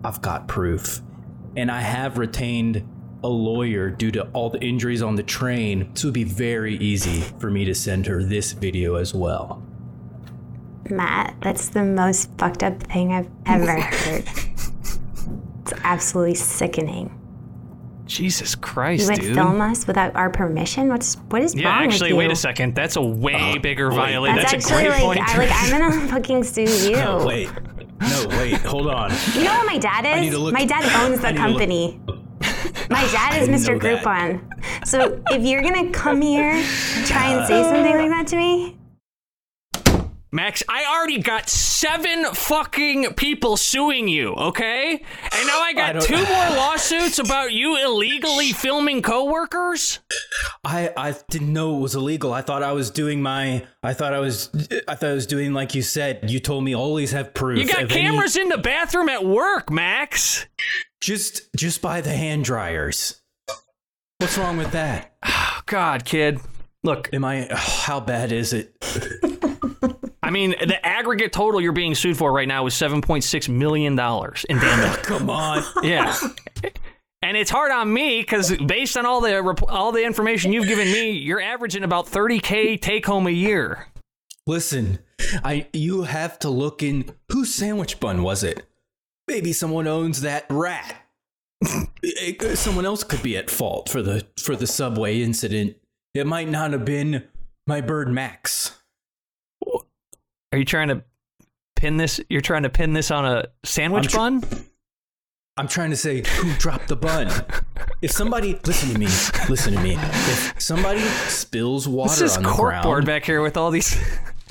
Speaker 3: I've got proof. And I have retained a lawyer due to all the injuries on the train, so it'd be very easy for me to send her this video as well.
Speaker 2: Matt, that's the most fucked up thing I've ever heard. It's absolutely sickening.
Speaker 1: Jesus
Speaker 2: You
Speaker 1: Christ,
Speaker 2: would
Speaker 1: dude.
Speaker 2: film us withohout our permission? What's what is
Speaker 1: yeah,
Speaker 2: wrong
Speaker 1: actually,
Speaker 2: with you?
Speaker 1: wait a second. That's a way bigger violation.
Speaker 2: That's,
Speaker 1: That's, a
Speaker 2: actually
Speaker 1: great
Speaker 2: like,
Speaker 1: point.
Speaker 2: I, like I'm gonna fucking sue you.
Speaker 3: Oh, wait. No, wait. Hold on.
Speaker 2: You know what my dad
Speaker 3: need
Speaker 2: is?
Speaker 3: to look-
Speaker 2: My dad owns the
Speaker 3: I need to look-
Speaker 2: company. My dad is
Speaker 3: didn't
Speaker 2: Mr.
Speaker 3: know that.
Speaker 2: Groupon. So if you're gonna come here, try and say something like that to me.
Speaker 1: Max, I already got seven fucking people suing you, okay? And now I got
Speaker 3: don't-
Speaker 1: two more lawsuits about you illegally filming coworkers.
Speaker 3: I I didn't know it was illegal. I thought I was doing my. I thought I was. I thought I was doing like you said. You told me always have proof.
Speaker 1: You got
Speaker 3: of any-
Speaker 1: cameras in the bathroom at work, Max.
Speaker 3: just just buy the hand dryers. What's wrong with that?
Speaker 1: God, kid. Look,
Speaker 3: Am I? How bad is it?
Speaker 1: I I mean, the aggregate total you're being sued for right now is seven point six million dollars in damage.
Speaker 3: Come on.
Speaker 1: yeah. And it's hard on me because based on all the rep- all the information you've given me, you're averaging about 30k take home a year.
Speaker 3: Listen, I you have to look in whose sandwich bun was it? Maybe someone owns that rat. It could- someone else could be at fault for the for the subway incident. It might not have been my bird Max.
Speaker 1: Are you trying to pin this? You're trying to pin this on a sandwich
Speaker 3: I'm
Speaker 1: bun?
Speaker 3: I'm trying to say who dropped the bun. If somebody listen to me, listen to me. If somebody spills water
Speaker 1: This is
Speaker 3: on the
Speaker 1: corkboard
Speaker 3: ground,
Speaker 1: back here with all these.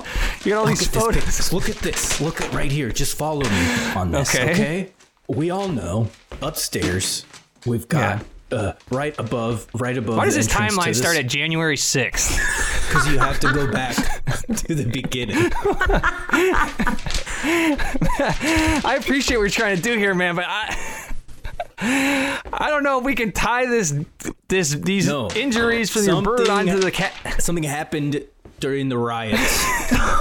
Speaker 1: you got all
Speaker 3: Look
Speaker 1: these
Speaker 3: at this
Speaker 1: photos.
Speaker 3: picture. Look at this. Look at right here. Just follow me on this.
Speaker 1: Okay.
Speaker 3: Okay. We all know upstairs we've got uh, right above right above.
Speaker 1: Why does
Speaker 3: the
Speaker 1: this
Speaker 3: entrance to
Speaker 1: timeline
Speaker 3: this,
Speaker 1: start at January 6th?
Speaker 3: Because you have to go back to the beginning.
Speaker 1: I appreciate what you're trying to do here, man, but I. I don't know if we can tie this, this these
Speaker 3: No.
Speaker 1: injuries from your bird
Speaker 3: Something-
Speaker 1: onto the cat.
Speaker 3: Something happened during the riots.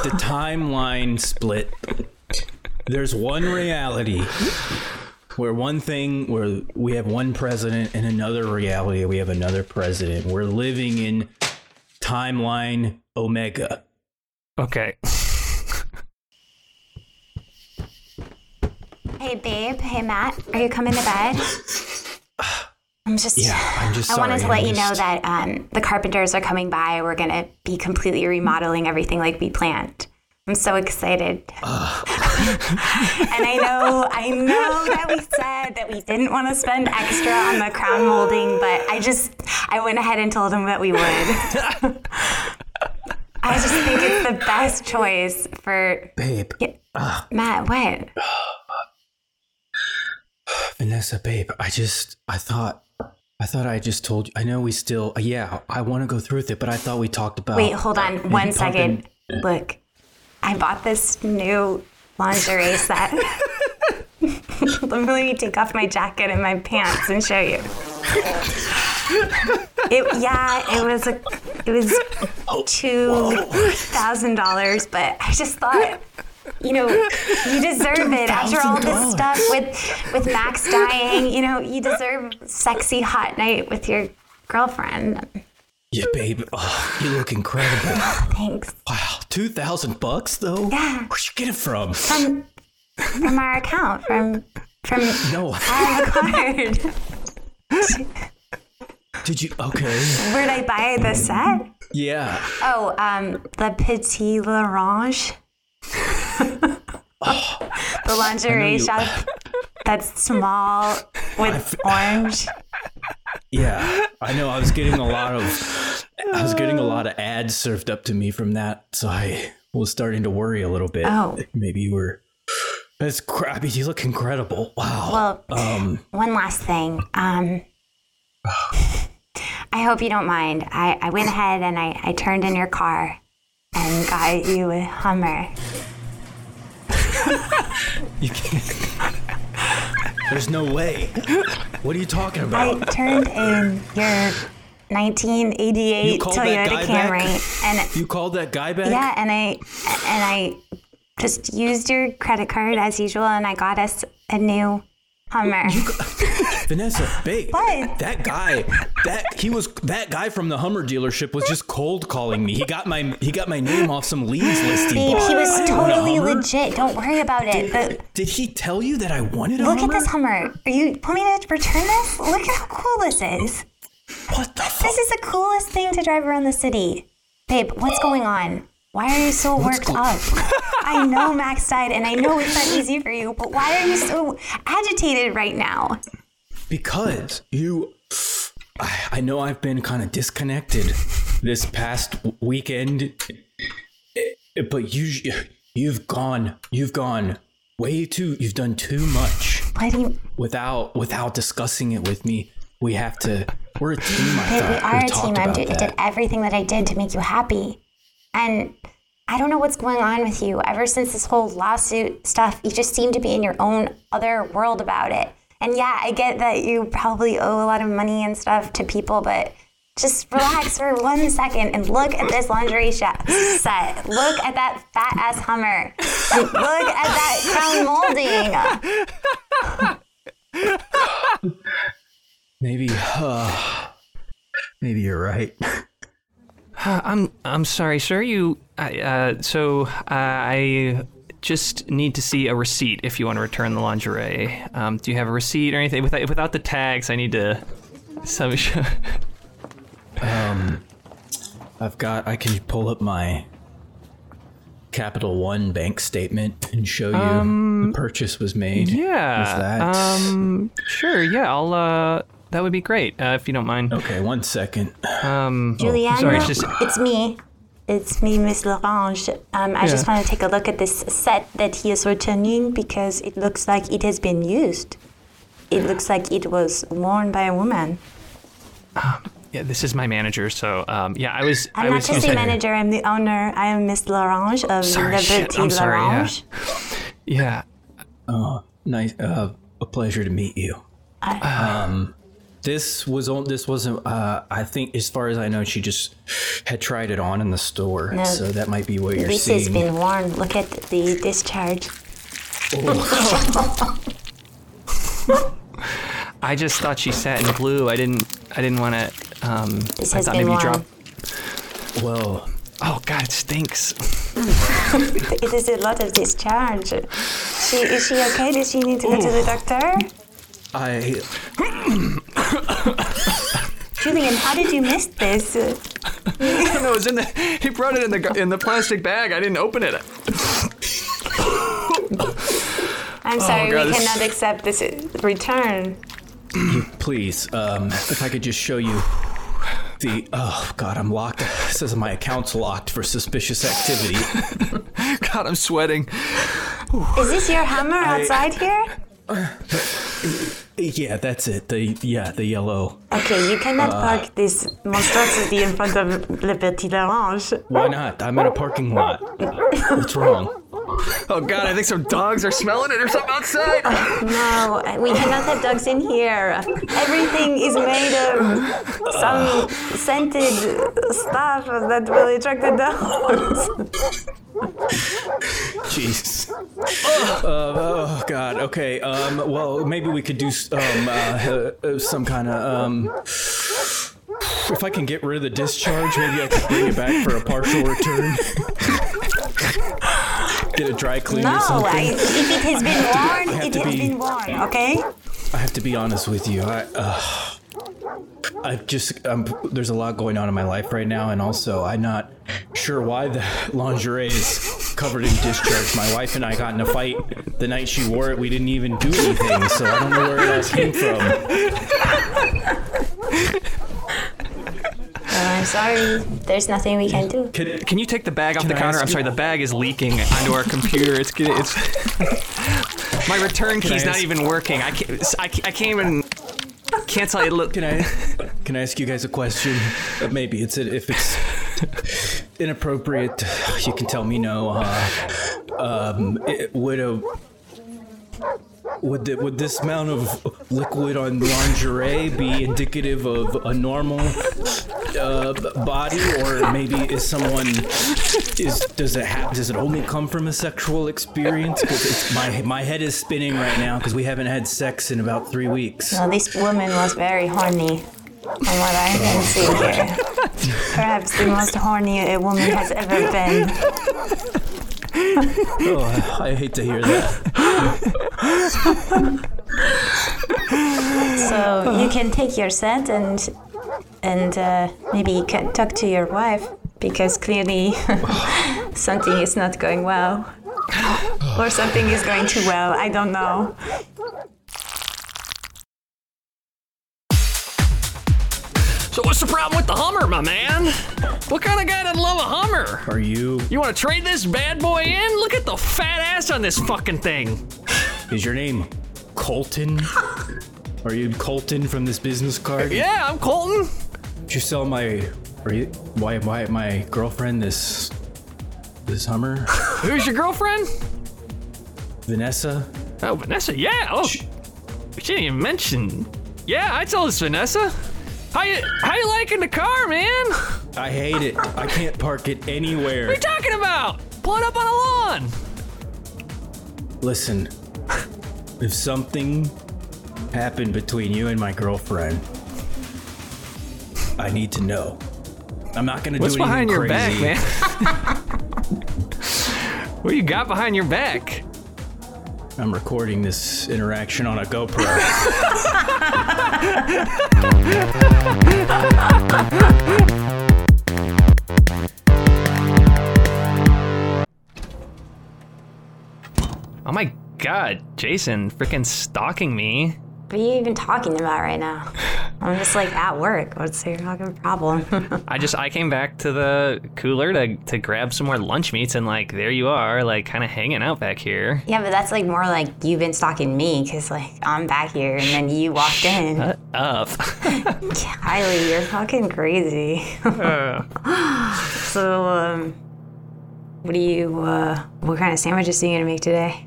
Speaker 3: the timeline split. There's one reality where one thing where we have one president and another reality we have another president. We're living in timeline omega.
Speaker 1: Okay.
Speaker 2: Hey, babe. Hey, Matt. Are you coming to bed? I'm just.
Speaker 3: Yeah, I'm just
Speaker 2: I
Speaker 3: sorry.
Speaker 2: wanted to let
Speaker 3: I'm
Speaker 2: you know
Speaker 3: just-
Speaker 2: that um, the carpenters are coming by. We're going to be completely remodeling everything like we planned. I'm so excited. and I know, I know that we said that we didn't want to spend extra on the crown molding, but I just, I went ahead and told him that we would. I just think it's the best choice for
Speaker 3: babe,
Speaker 2: Matt. What?
Speaker 3: Vanessa, babe, I just I thought I thought I just told you. I know we still yeah, I want to go through with it, but I thought we talked about
Speaker 2: Wait, hold on one
Speaker 3: pump
Speaker 2: second. Look, I bought this new lingerie set. Let me let me take off my jacket and my pants and show you. It, yeah, it was a, it was two thousand dollars, but I just thought, you know, you deserve it after all this stuff with with Max dying. You know, you deserve sexy hot night with your girlfriend.
Speaker 3: Yeah, babe. Oh, you look incredible.
Speaker 2: Thanks.
Speaker 3: Wow, two thousand bucks though.
Speaker 2: Yeah.
Speaker 3: Where'd you get it from?
Speaker 2: from from our account from from
Speaker 3: No,
Speaker 2: our card.
Speaker 3: did you? Okay.
Speaker 2: Where'd I buy the set?
Speaker 3: Yeah.
Speaker 2: Oh, um, the Petit L'Orange, the lingerie
Speaker 3: Oh, you-
Speaker 2: shop that's small with orange.
Speaker 3: Yeah. I know. I was getting a lot of. I was getting a lot of ads served up to me from that, so I was starting to worry a little bit.
Speaker 2: Oh.
Speaker 3: Maybe you were. That's crappy. You look incredible. Wow.
Speaker 2: Well,
Speaker 3: um.
Speaker 2: one last thing. Um, I hope you don't mind. I, I went ahead and I, I turned in your car and got you a Hummer.
Speaker 3: You can't. There's no way. What are you talking
Speaker 2: I
Speaker 3: about?
Speaker 2: turned in your 1988
Speaker 3: You called that
Speaker 2: Toyota
Speaker 3: guy back?
Speaker 2: Camry, and
Speaker 3: you called that guy back?
Speaker 2: yeah, and I and I just used your credit card as usual, and I got us a new Hummer.
Speaker 3: Vanessa, babe,
Speaker 2: What?
Speaker 3: that guy, that he was that guy from the Hummer dealership was just cold calling me. He got my he got my name off some leads list he
Speaker 2: Babe,
Speaker 3: bought.
Speaker 2: he was
Speaker 3: I don't want a
Speaker 2: totally
Speaker 3: Hummer.
Speaker 2: legit. Don't worry about it. The,
Speaker 3: Did he tell you that I wanted a
Speaker 2: look at
Speaker 3: Hummer?
Speaker 2: this Hummer. Are you want me to return this? Look at how cool this is.
Speaker 3: What the fuck?
Speaker 2: This is the coolest thing to drive around the city. Babe, what's going on? Why are you so worked
Speaker 3: go-
Speaker 2: up? I know Max died and I know it's not easy for you, but why are you so agitated right now?
Speaker 3: because you I, I know I've been kind of disconnected this past w- weekend eh, but you you've gone you've gone way too you've done too much
Speaker 2: Why do you
Speaker 3: without without discussing it with me. We have to. We're a team. I
Speaker 2: Babe,
Speaker 3: thought.
Speaker 2: we are a
Speaker 3: talked
Speaker 2: team. I
Speaker 3: about
Speaker 2: did,
Speaker 3: that.
Speaker 2: did everything that I did to make you happy. And I don't know what's going on with you. Ever since this whole lawsuit stuff, you just seem to be in your own other world about it. And yeah, I get that you probably owe a lot of money and stuff to people, but Just relax for one second and look at this lingerie shop set. Look at that fat ass Hummer. Look at that crown molding.
Speaker 3: Maybe, uh, maybe you're right.
Speaker 1: I'm I'm sorry, sir. You I, uh, so uh, I just need to see a receipt if you want to return the lingerie. Um, do you have a receipt or anything without without the tags? I need to. Some show.
Speaker 3: I've got. I can pull up my Capital One bank statement and show you
Speaker 2: Um,
Speaker 3: the purchase was made. With
Speaker 1: Yeah.
Speaker 3: that.
Speaker 1: Um. Sure. Yeah. I'll. Uh. That would be great uh, if you don't mind.
Speaker 3: okay, one second.
Speaker 2: Juliana,
Speaker 1: Oh, sorry, it's just-
Speaker 2: it's me. It's me, Miss Larange. Um, I just
Speaker 1: Yeah.
Speaker 2: want to take a look at this set that he is returning because it looks like it has been used. It looks like it was worn by a woman.
Speaker 1: Yeah. This is my manager. So. Um. Yeah. I was.
Speaker 2: I'm
Speaker 1: I
Speaker 2: not
Speaker 1: was
Speaker 2: just the
Speaker 1: using-
Speaker 2: manager, I'm the owner. I am Miss Larange of
Speaker 1: Sorry, shit,
Speaker 2: Liberty
Speaker 1: I'm sorry, yeah.
Speaker 2: Larange.
Speaker 1: Yeah.
Speaker 3: Nice. Uh, a pleasure to meet you. um, this was on. This wasn't. Uh, I think, as far as I know, she just had tried it on in the store, so that might be what you're
Speaker 2: This has
Speaker 3: seeing.
Speaker 2: been worn. Look at the discharge.
Speaker 1: I just thought she sat in glue. I didn't. I didn't want to. Um.
Speaker 2: This
Speaker 1: I
Speaker 2: has
Speaker 1: thought
Speaker 2: been
Speaker 1: maybe you
Speaker 2: worn.
Speaker 1: drop.
Speaker 3: Well,
Speaker 1: Oh God, it stinks.
Speaker 2: It is a lot of discharge. She, is she okay? Does she need to go to the doctor?
Speaker 3: I
Speaker 2: Julian, how did you miss this?
Speaker 1: No, it was in the. He brought it in the in the plastic bag. I didn't open it.
Speaker 2: I'm
Speaker 3: Oh,
Speaker 2: sorry,
Speaker 1: God,
Speaker 2: we
Speaker 1: this-
Speaker 2: cannot accept this uh, return.
Speaker 3: please, um, if I could just show you the. Oh God, I'm locked. It says my account's locked for suspicious activity.
Speaker 1: God, I'm sweating.
Speaker 2: Is this your hammer outside here?
Speaker 3: yeah, that's it. The yeah, the yellow.
Speaker 2: Okay, you cannot
Speaker 3: Uh,
Speaker 2: park this monstrosity in front of Liberty Larange.
Speaker 3: Why not? I'm in a parking lot. What's wrong?
Speaker 1: Oh God, I think some dogs are smelling it or something outside.
Speaker 2: No, we cannot have dogs in here. Everything is made of some scented stuff that will attract the dogs.
Speaker 3: Jeez. Uh, oh God. Okay. Um. Well, maybe we could do s- um uh, uh, some kind of um. If I can get rid of the discharge, maybe I can bring it back for a partial return. get a dry clean
Speaker 2: No,
Speaker 3: or something.
Speaker 2: I, if it has been worn,
Speaker 3: have
Speaker 2: it
Speaker 3: to
Speaker 2: has
Speaker 3: be-
Speaker 2: been worn, okay?
Speaker 3: I have to be honest with you. I, uh, I just um, there's a lot going on in my life right now, and also I'm not sure why the lingerie is covered in discharge. My wife and I got in a fight the night she wore it. We didn't even do anything, so I don't know where it all came from.
Speaker 2: I'm sorry, there's nothing we can do.
Speaker 3: Can,
Speaker 1: Can you take the bag off the
Speaker 3: I
Speaker 1: counter?
Speaker 3: ask
Speaker 1: I'm
Speaker 3: you-
Speaker 1: sorry, the bag is leaking onto our computer. It's getting. It's. My return key's not
Speaker 3: ask-
Speaker 1: even working. I can't. I can't, I can't even. Can't tell you. Look.
Speaker 3: can I can I ask you guys a question? Uh, Maybe it's if it's inappropriate, you can tell me no. Uh, um, it, would a would the, would this amount of liquid on lingerie be indicative of a normal uh, b- body, or maybe is someone is does it have does it only come from a sexual experience? 'Cause it's, my my head is spinning right now because we haven't had sex in about three weeks.
Speaker 2: Well, this woman was very horny, from what I can see here. Perhaps the most horny a woman has ever been.
Speaker 3: Oh, I I hate to hear that.
Speaker 2: So you can take your set and and uh, maybe you can talk to your wife because clearly something is not going well, or something is going too well. I don't know.
Speaker 1: So what's the problem with the Hummer, my man? What kind of guy doesn't love a Hummer?
Speaker 3: Are you?
Speaker 1: You want to trade this bad boy in? Look at the fat ass on this fucking thing.
Speaker 3: Is your name Colton? Are you Colton from this business card?
Speaker 1: Yeah, I'm Colton.
Speaker 3: Did you sell my? Are you? Why? Why my girlfriend this? This Hummer,
Speaker 1: Who's your girlfriend?
Speaker 3: Vanessa.
Speaker 1: Oh, Vanessa. Yeah. Oh, she didn't even mention. Yeah, I told this Vanessa. How you how you liking the car, man? What
Speaker 3: I hate it. I can't park it
Speaker 1: are
Speaker 3: anywhere.
Speaker 1: you talking about? Pull it up on the lawn.
Speaker 3: Listen, if something happened between you and my girlfriend, I need to know. I'm not gonna
Speaker 1: What's
Speaker 3: do anything
Speaker 1: behind your
Speaker 3: crazy.
Speaker 1: back, man? what you got behind your back?
Speaker 3: I'm recording this interaction on a GoPro.
Speaker 1: Oh my god, Jason, freaking stalking me.
Speaker 2: What are you even talking about right now? I'm just like at work. What's your fucking problem?
Speaker 1: I just I came back to the cooler to to grab some more lunch meats and like there you are, like kind of hanging out back here.
Speaker 2: yeah, but that's like more like you've been stalking me because like I'm back here and then you walked in.
Speaker 1: Shut up.
Speaker 2: Kylie, you're fucking crazy. so, um, what do you, uh, what kind of sandwiches are you gonna make today?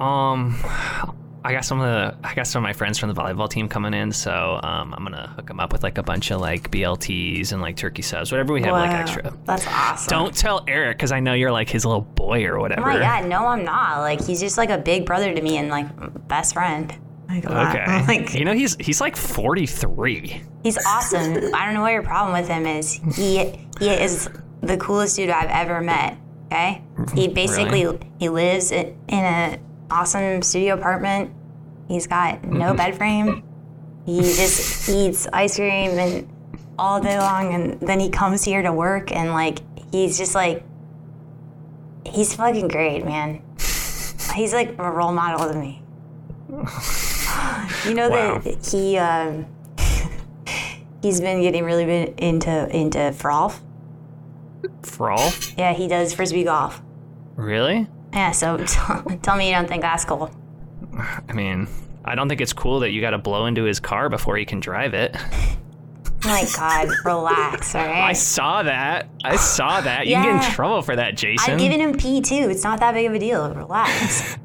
Speaker 1: Um, I got some of the I got some of my friends from the volleyball team coming in, so um, I'm gonna hook them up with like a bunch of like BLTs and like turkey subs, whatever we have like
Speaker 2: Wow,
Speaker 1: extra.
Speaker 2: That's awesome.
Speaker 1: Don't tell Eric because I know you're like his little boy or whatever.
Speaker 2: Oh my god, no, I'm not. Like, he's just like a big brother to me and like best friend. Like, a lot.
Speaker 1: Okay.
Speaker 2: Like,
Speaker 1: you know he's he's like 43.
Speaker 2: He's awesome. I don't know what your problem with him is. He he is the coolest dude I've ever met. Okay. He basically he lives in, in an awesome studio apartment. He's got no bed frame. He just eats ice cream and all day long, and then he comes here to work and like he's just like he's fucking great, man. He's like a role model to me. You know that he um, he's been getting really been into into frolf.
Speaker 1: Frawl?
Speaker 2: Yeah, he does frisbee golf.
Speaker 1: Really?
Speaker 2: Yeah, so t- tell me you don't think that's cool.
Speaker 1: I mean, I don't think it's cool that you got to blow into his car before he can drive it.
Speaker 2: My God, relax, all
Speaker 1: I
Speaker 2: right.
Speaker 1: saw that. I saw that. You can get in
Speaker 2: Yeah.
Speaker 1: trouble for that, Jason.
Speaker 2: I've given him P too. It's not that big of a deal. Relax.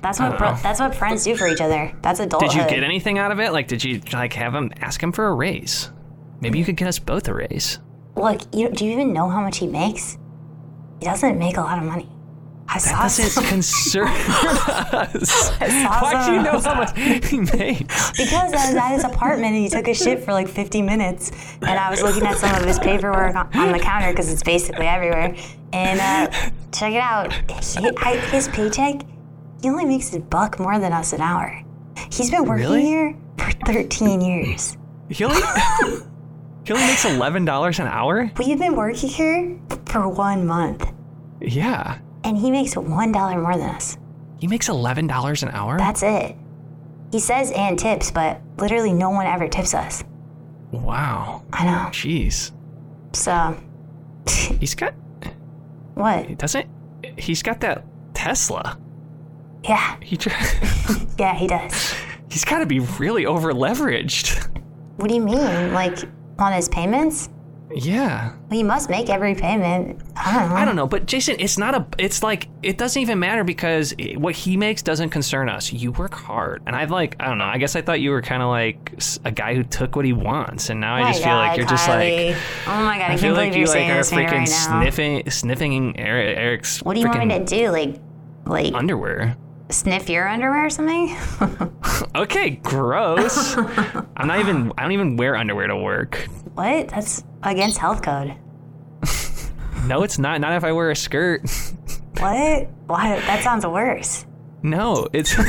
Speaker 2: That's what bro- that's what friends do for each other. That's adulthood.
Speaker 1: Did you get anything out of it? Like, did you like have him ask him for a raise? Maybe you could get us both a raise.
Speaker 2: Look, you, do you even know how much he makes? He doesn't make a lot of money. I saw
Speaker 1: Doesn't
Speaker 2: some,
Speaker 1: concern us. Why do you know how much he makes?
Speaker 2: because I was at his apartment and he took a shit for like 50 minutes, and I was looking at some of his paperwork on, on the counter because it's basically everywhere. And uh, check it out, he, I, his paycheck, he only makes a buck more than us an hour. He's been working
Speaker 1: Really?
Speaker 2: here for 13 years.
Speaker 1: He only, he only makes eleven dollars an hour.
Speaker 2: We've been working here for one month,
Speaker 1: Yeah,
Speaker 2: and he makes one dollar more than us.
Speaker 1: he makes eleven dollars an hour.
Speaker 2: That's it. He says and tips, but literally no one ever tips us.
Speaker 1: wow.
Speaker 2: I know.
Speaker 1: Jeez,
Speaker 2: So,
Speaker 1: he's got
Speaker 2: what?
Speaker 1: doesn't he's got that Tesla.
Speaker 2: Yeah,
Speaker 1: He dri-
Speaker 2: yeah, he does.
Speaker 1: he's got to be really over leveraged.
Speaker 2: What do you mean? Like on his payments?
Speaker 1: Yeah.
Speaker 2: Well, you must make every payment. I don't know.
Speaker 1: I don't know, but Jason, it's not a. It's like it doesn't even matter because it- what he makes doesn't concern us. You work hard, and I like. I don't know. I guess I thought you were kind of like s- a guy who took what he wants, and now I just feel like you're just like.
Speaker 2: Oh my god, I,
Speaker 1: I
Speaker 2: can't
Speaker 1: feel
Speaker 2: believe
Speaker 1: like you
Speaker 2: you're
Speaker 1: like
Speaker 2: saying
Speaker 1: are
Speaker 2: this to me
Speaker 1: freaking
Speaker 2: right now.
Speaker 1: sniffing, sniffing Eric, Eric's
Speaker 2: What do you want me to
Speaker 1: freaking
Speaker 2: do? Like, like
Speaker 1: underwear.
Speaker 2: sniff your underwear or something?
Speaker 1: Okay, gross. I'm not even. I don't even wear underwear to work.
Speaker 2: What? That's against health code.
Speaker 1: No, it's not. Not if I wear a skirt.
Speaker 2: What? Why? That sounds worse.
Speaker 1: No, it's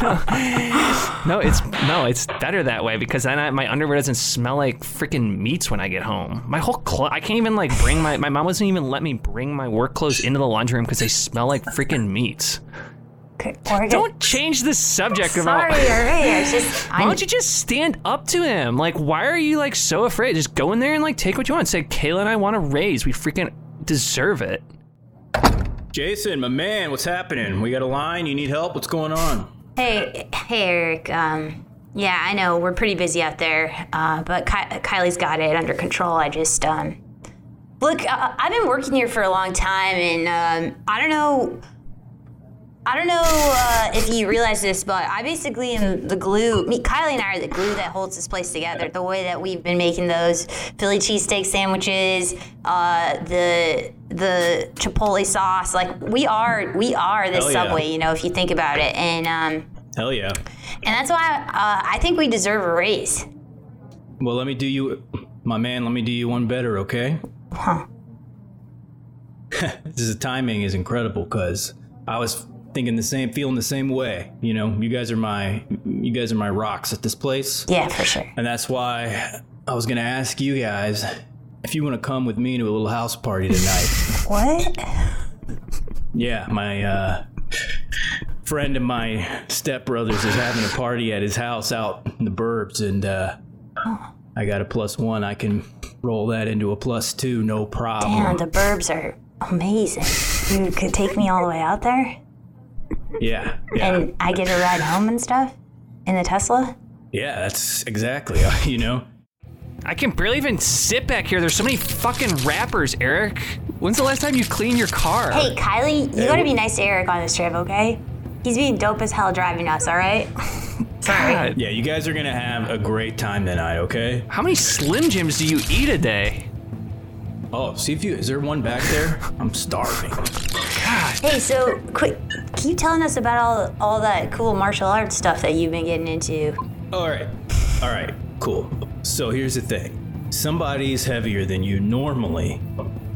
Speaker 1: no, it's no, it's better that way because then I, my underwear doesn't smell like freaking meats when I get home. My whole clo- I can't even like bring my my mom doesn't even let me bring my work clothes into the laundry room because they smell like freaking meats.
Speaker 2: Okay, Or get-
Speaker 1: Don't change the subject
Speaker 2: Sorry, all
Speaker 1: about.
Speaker 2: right. It's just
Speaker 1: Why
Speaker 2: I'm,
Speaker 1: don't you just stand up to him? Like, why are you like so afraid? Just go in there and like take what you want. Say, Kayla and I want a raise. We freaking deserve it.
Speaker 3: Jason, my man, what's happening? We got a line. You need help? What's going on?
Speaker 2: Hey, hey, Eric. Um, yeah, I know we're pretty busy out there, uh, but Ky- Kylie's got it under control. I just um, look, uh, I've been working here for a long time, and um, I don't know I don't know uh, if you realize this, but I basically am the glue. Me, Kylie and I are the glue that holds this place together. The way that we've been making those Philly cheesesteak sandwiches, uh, the the Chipotle sauce, like we are we are this
Speaker 3: Hell yeah.
Speaker 2: subway. You know, if you think about it, and um,
Speaker 3: Hell yeah.
Speaker 2: and that's why uh, I think we deserve a raise.
Speaker 3: Well, let me do you, my man. Let me do you one better, okay?
Speaker 2: Huh.
Speaker 3: This is, the timing is incredible because I was thinking the same, feeling the same way. You know, you guys are my, you guys are my rocks at this place,
Speaker 2: Yeah, for sure.
Speaker 3: and that's why I was gonna ask you guys if you want to come with me to a little house party tonight.
Speaker 2: What?
Speaker 3: yeah, my uh, friend and my stepbrothers is having a party at his house out in the burbs, and uh, I got a plus one. I can roll that into a plus two, no problem.
Speaker 2: Damn, the burbs are amazing. You could take me all the way out there,
Speaker 3: Yeah, yeah.
Speaker 2: and I get a ride home and stuff in the Tesla.
Speaker 3: Yeah, that's exactly. You know,
Speaker 1: I can barely even sit back here. There's so many fucking rappers, Eric. When's the last time you cleaned your car?
Speaker 2: Hey, Kylie, you gotta be nice to Eric on this trip, okay? He's being dope as hell driving us, all right?
Speaker 1: God,
Speaker 3: yeah, you guys are gonna have a great time tonight. Okay.
Speaker 1: how many Slim Jims do you eat a day?
Speaker 3: Oh, see if you is there one back there? I'm starving.
Speaker 2: Hey, so quick, keep telling us about all all that cool martial arts stuff that you've been getting into.
Speaker 3: All right, all right, cool. So here's the thing: somebody's heavier than you normally.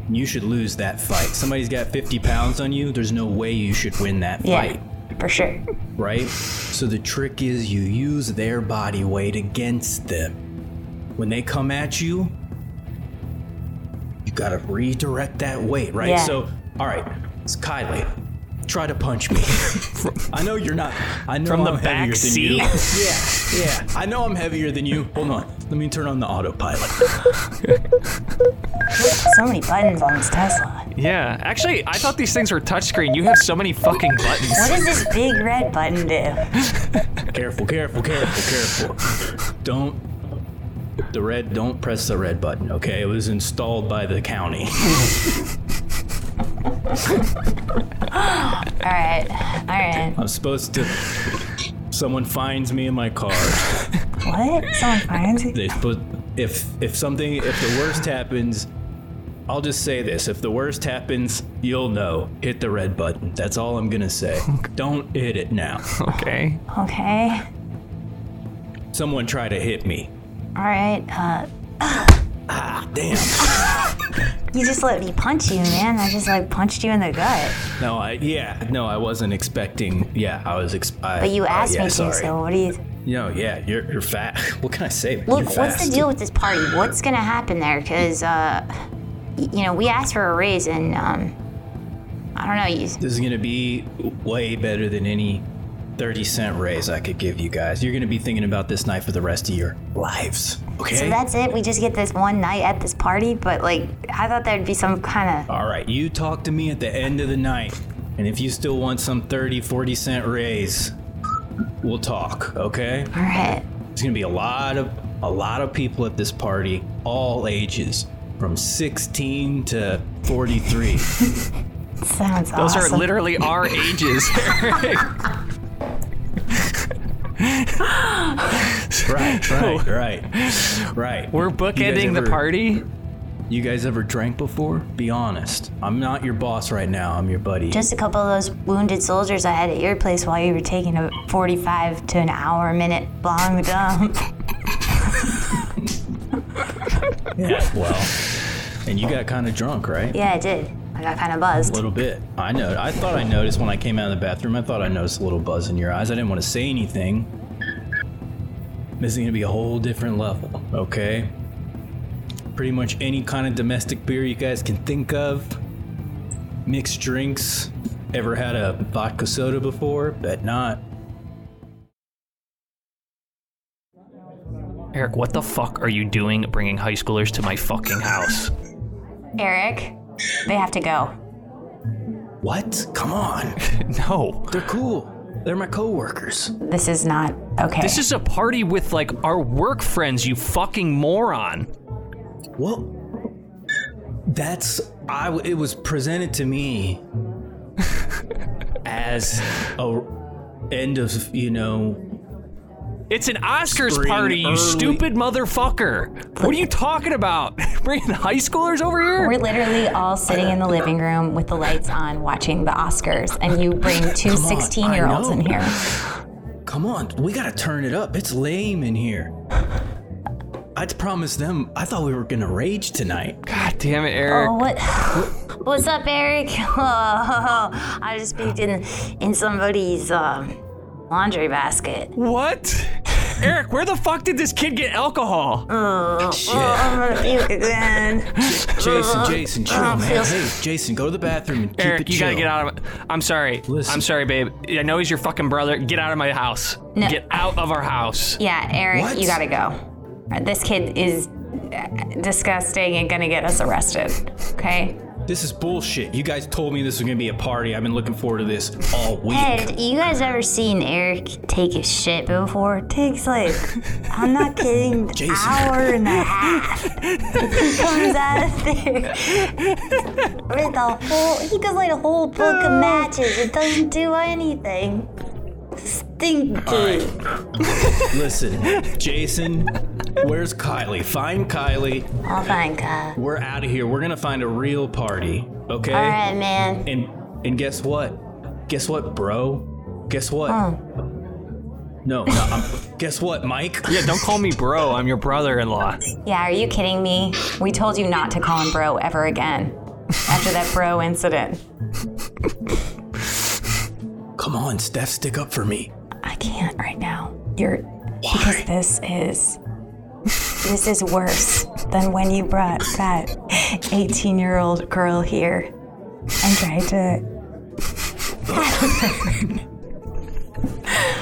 Speaker 3: You should lose that fight. Somebody's got 50 pounds on you. There's no way you should win that fight.
Speaker 2: for sure.
Speaker 3: right? So the trick is you use their body weight against them. When they come at you, you gotta redirect that weight, right?
Speaker 2: Yeah.
Speaker 3: So, all right, it's Kylie. Try to punch me. I know you're not. I know
Speaker 1: From the
Speaker 3: I'm heavier
Speaker 1: back
Speaker 3: than you. yeah, yeah. I know I'm heavier than you. Hold on. Let me turn on the autopilot.
Speaker 2: So many buttons on this Tesla.
Speaker 1: Yeah, actually, I thought these things were touchscreen. You have so many fucking buttons.
Speaker 2: What does this big red button do?
Speaker 3: Careful, careful, careful, careful. Don't. The red, don't press the red button, okay? It was installed by the county.
Speaker 2: All right, all right.
Speaker 3: I'm supposed to. Someone finds me in my car.
Speaker 2: What? Someone finds you?
Speaker 3: They put if if something if the worst happens, I'll just say this: if the worst happens, you'll know. Hit the red button. That's all I'm gonna say. Don't hit it now.
Speaker 1: Okay.
Speaker 2: Okay,
Speaker 3: Someone try to hit me.
Speaker 2: all right. Uh,
Speaker 3: Damn.
Speaker 2: you just let me punch you, man. I just like punched you in the gut.
Speaker 3: No, I yeah no I wasn't expecting. Yeah, I was ex. I,
Speaker 2: But you
Speaker 3: uh,
Speaker 2: asked
Speaker 3: yeah,
Speaker 2: me to,
Speaker 3: sorry.
Speaker 2: so what do you?
Speaker 3: No, yeah, you're you're fat. What can I say? man?
Speaker 2: Look,
Speaker 3: You're
Speaker 2: what's
Speaker 3: fast.
Speaker 2: the deal with this party? What's gonna happen there? Cause uh, y- you know we asked for a raise, and um, I don't know. You,
Speaker 3: This is gonna be way better than any 30 cent raise I could give you guys. You're gonna be thinking about this night for the rest of your lives. Okay?
Speaker 2: so that's it. We just get this one night at this party, but like I thought there'd be some kind of.
Speaker 3: Alright, you talk to me at the end of the night. And if you still want some 30, 40 cent raise, we'll talk, okay?
Speaker 2: All right,
Speaker 3: There's gonna be a lot of a lot of people at this party, all ages, from 16 to 43.
Speaker 1: Those
Speaker 2: sounds awesome.
Speaker 1: are literally our ages. Eric.
Speaker 3: right, right, right. Right.
Speaker 1: We're
Speaker 3: You guys
Speaker 1: bookending the
Speaker 3: ever-
Speaker 1: party.
Speaker 3: You guys ever drank before? Be honest. I'm not your boss right now. I'm your buddy.
Speaker 2: just a couple of those wounded soldiers I had at your place while you were taking a 45 to an hour minute long dump.
Speaker 3: yeah, well, and you got kind of drunk, right?
Speaker 2: yeah, I did. I got kind of buzzed.
Speaker 3: A little bit. I know. I thought I noticed when I came out of the bathroom. I thought I noticed a little buzz in your eyes. I didn't want to say anything. This is gonna be a whole different level, okay? Pretty much any kind of domestic beer you guys can think of. Mixed drinks. Ever had a vodka soda before? Bet not.
Speaker 1: Eric, what the fuck are you doing bringing high schoolers to my fucking house?
Speaker 2: Eric, they have to go.
Speaker 3: What? Come on.
Speaker 1: No.
Speaker 3: They're cool. They're my coworkers.
Speaker 2: This is not okay.
Speaker 1: This is a party with like our work friends, you fucking moron.
Speaker 3: Well, that's I. It was presented to me as a end of you know
Speaker 1: It's an Oscars
Speaker 3: Spring
Speaker 1: party, you
Speaker 3: early-
Speaker 1: stupid motherfucker. What are you talking about? Bringing the high schoolers over here?
Speaker 2: We're literally all sitting in the living room with the lights on watching the Oscars, and you bring two
Speaker 3: Come on,
Speaker 2: 16 year olds
Speaker 3: I
Speaker 2: in
Speaker 3: know.
Speaker 2: here.
Speaker 3: come on we gotta turn it up it's lame in here i promised them i thought we were gonna rage tonight
Speaker 1: God damn it, Eric.
Speaker 2: Oh, what? What's up, Eric? Oh, I just peeked in, in somebody's um, laundry basket.
Speaker 1: What? Eric, where the fuck did this kid get alcohol?
Speaker 3: Uh, Shit.
Speaker 2: I'm gonna puke again.
Speaker 3: jason jason chill man hey jason go to the bathroom and keep
Speaker 1: Eric,
Speaker 3: it
Speaker 1: you
Speaker 3: chill
Speaker 1: gotta get out of. I'm sorry.
Speaker 3: Listen.
Speaker 1: I'm sorry, babe. I know he's your fucking brother. Get out of my house.
Speaker 2: No.
Speaker 1: Get out of our house.
Speaker 2: Yeah, Eric,
Speaker 3: What?
Speaker 2: you gotta go. This kid is uh, disgusting and gonna get us arrested. Okay.
Speaker 3: this is bullshit you guys told me this was gonna be a party i've been looking forward to this all week
Speaker 2: Ed, you guys ever seen Eric take a shit before? It takes like, I'm not kidding, an
Speaker 3: Jason.
Speaker 2: hour and a half. He comes out of there with a whole, he goes like a whole book of matches. It doesn't do anything. Stinky.
Speaker 3: listen jason where's kylie find kylie
Speaker 2: I'll find Oh, God.
Speaker 3: we're out of here we're gonna find a real party okay
Speaker 2: All right, man.
Speaker 3: And and guess what? Guess what, bro? Guess what? No, no I'm, guess what, Mike?
Speaker 1: Yeah, don't call me bro. I'm your brother-in-law.
Speaker 2: Yeah, are you kidding me? We told you not to call him bro ever again after that bro incident.
Speaker 3: Come on, Steph, stick up for me.
Speaker 2: I can't right now. You're because this is this is worse than when you brought that 18 year old girl here and tried to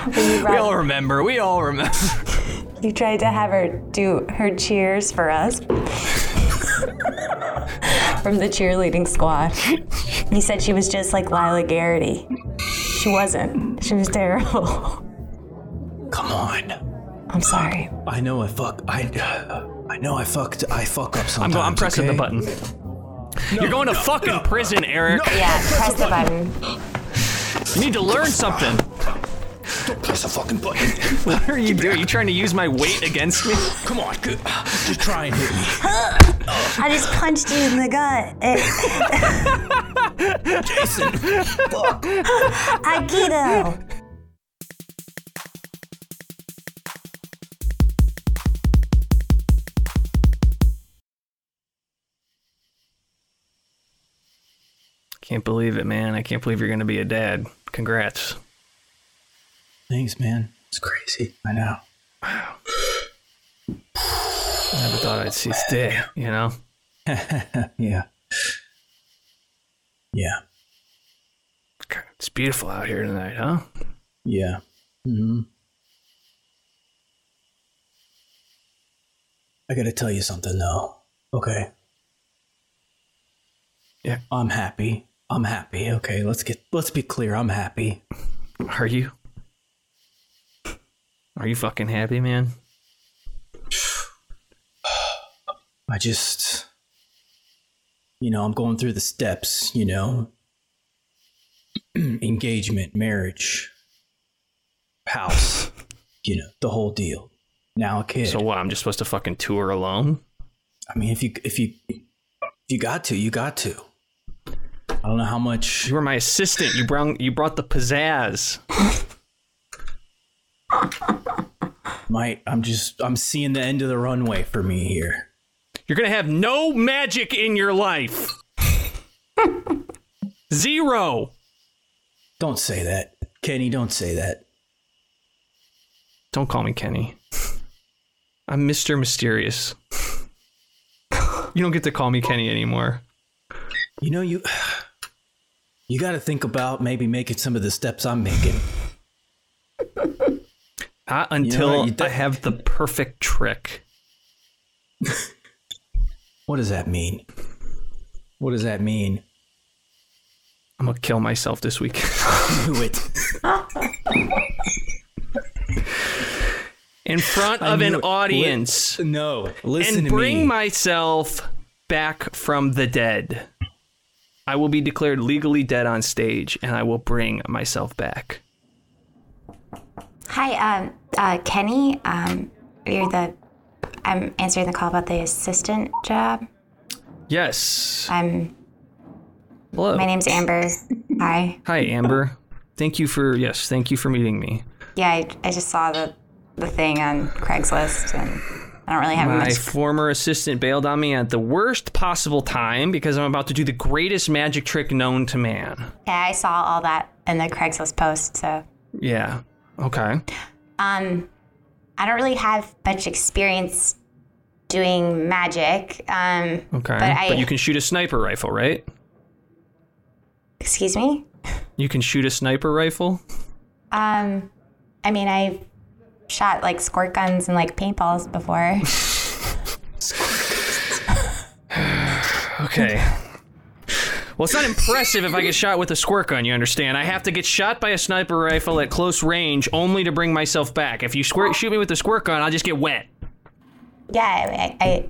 Speaker 2: When you,
Speaker 1: We
Speaker 2: brought-
Speaker 1: all remember. We all remember.
Speaker 2: you tried to have her do her cheers for us from the cheerleading squad. You said she was just like Lila Garrity. She wasn't. She was terrible.
Speaker 3: Come on.
Speaker 2: I'm sorry.
Speaker 3: I know I fuck. I I know I fucked. I fuck up
Speaker 1: I'm,
Speaker 3: sometimes.
Speaker 1: go- I'm pressing
Speaker 3: okay?
Speaker 1: the button. You're going to fucking prison, Eric.
Speaker 2: Yeah, press the button.
Speaker 1: You need to learn something.
Speaker 3: Press the fucking button.
Speaker 1: What are you doing? You trying to use my weight against me?
Speaker 3: Come on, good. just try and hit me.
Speaker 2: I just punched you in the gut. Eh,
Speaker 3: Jason,
Speaker 2: Aikido.
Speaker 1: Can't believe it, man. I can't believe you're gonna be a dad. Congrats.
Speaker 3: thanks, man. It's crazy. I know.
Speaker 1: Never thought I'd see this day. You know.
Speaker 3: Yeah. Yeah.
Speaker 1: God, It's beautiful out here tonight, huh?
Speaker 3: Yeah. hmm I gotta tell you something though. Okay.
Speaker 1: Yeah.
Speaker 3: I'm happy. I'm happy. Okay, let's get let's be clear. I'm happy.
Speaker 1: Are you? Are you fucking happy, man?
Speaker 3: I just you know, I'm going through the steps, you know. Engagement, marriage, house, you know, the whole deal. Now a kid.
Speaker 1: So what? I'm just supposed to fucking tour alone?
Speaker 3: I mean, if you if you if you got to, you got to. I don't know how much.
Speaker 1: You were my assistant. You brought you brought the pizzazz.
Speaker 3: Might I'm just I'm seeing the end of the runway for me here.
Speaker 1: You're gonna have no magic in your life. Zero.
Speaker 3: Don't say that, Kenny. Don't say that.
Speaker 1: Don't call me Kenny. I'm Mr. Mysterious. You don't get to call me Kenny anymore.
Speaker 3: You know you. You got to think about maybe making some of the steps I'm making.
Speaker 1: Not Uh, until
Speaker 3: what, you
Speaker 1: I
Speaker 3: don't-
Speaker 1: have the perfect trick.
Speaker 3: What does that mean? What does that mean?
Speaker 1: I'm gonna kill myself this week.
Speaker 3: Do it.
Speaker 1: In front
Speaker 3: I
Speaker 1: of
Speaker 3: knew
Speaker 1: an
Speaker 3: it. Li-
Speaker 1: audience.
Speaker 3: No, listen
Speaker 1: and
Speaker 3: to
Speaker 1: bring
Speaker 3: me.
Speaker 1: myself back from the dead. I will be declared legally dead on stage and I will bring myself back.
Speaker 2: Hi, um, uh, Kenny. Um, you're the. I'm answering the call about the assistant job.
Speaker 1: Yes.
Speaker 2: I'm.
Speaker 1: Hello.
Speaker 2: My name's Amber. Hi.
Speaker 1: Hi, Amber. Thank you for, yes, thank you for meeting me.
Speaker 2: Yeah, I, I just saw the the thing on Craigslist, and I don't really have
Speaker 1: My
Speaker 2: much.
Speaker 1: former assistant bailed on me at the worst possible time because I'm about to do the greatest magic trick known to man.
Speaker 2: Yeah, I saw all that in the Craigslist post, so
Speaker 1: Yeah. Okay.
Speaker 2: um, I don't really have much experience doing magic. Um,
Speaker 1: Okay.
Speaker 2: But I-
Speaker 1: you can shoot a sniper rifle, right?
Speaker 2: excuse me.
Speaker 1: You can shoot a sniper rifle?
Speaker 2: Um, I mean, I shot like squirt guns and like paintballs before.
Speaker 1: Okay. Well, it's not impressive if I get shot with a squirt gun, you understand? I have to get shot by a sniper rifle at close range only to bring myself back. If you squirt, shoot me with a squirt gun, I'll just get wet.
Speaker 2: yeah, I,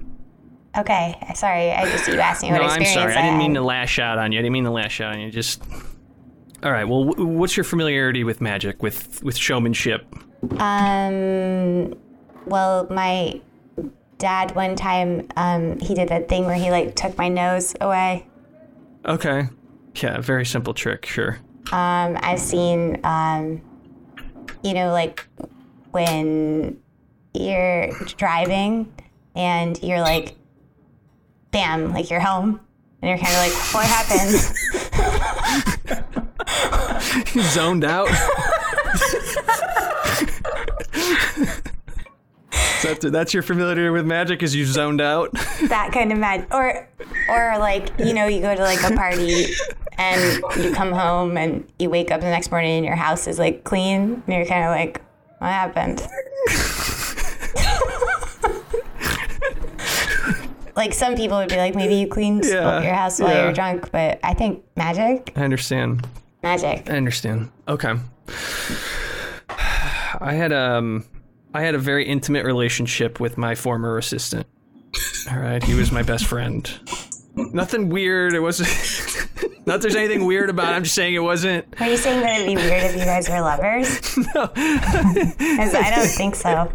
Speaker 2: I. Okay, sorry. I just you asked me
Speaker 1: No,
Speaker 2: what
Speaker 1: I'm
Speaker 2: experience.
Speaker 1: sorry. I didn't mean to lash out on you. I didn't mean to lash out on you. Just. All right. Well, wh- what's your familiarity with magic, with with showmanship?
Speaker 2: Um, well, my dad one time, um, he did that thing where he like took my nose away.
Speaker 1: Okay. Yeah, very simple trick. Sure.
Speaker 2: Um, I've seen, um, you know, like when you're driving and you're like, bam, like you're home. And you're kind of like, what happened?
Speaker 1: Zoned out. That's, that's your familiarity with magic, is you zoned out.
Speaker 2: that kind of mad or or like you know you go to like a party and you come home and you wake up the next morning and your house is like clean and you're kind of like what happened like some people would be like maybe you cleaned
Speaker 1: Yeah,
Speaker 2: your house while
Speaker 1: yeah.
Speaker 2: you're drunk but i think magic
Speaker 1: I understand.
Speaker 2: magic
Speaker 1: I understand. Okay. I had um I had a very intimate relationship with my former assistant. All right, he was my best friend. Nothing weird. It wasn't Not that there's anything weird about it. I'm just saying it wasn't.
Speaker 2: are you saying that it'd be weird if you guys were lovers no i don't think so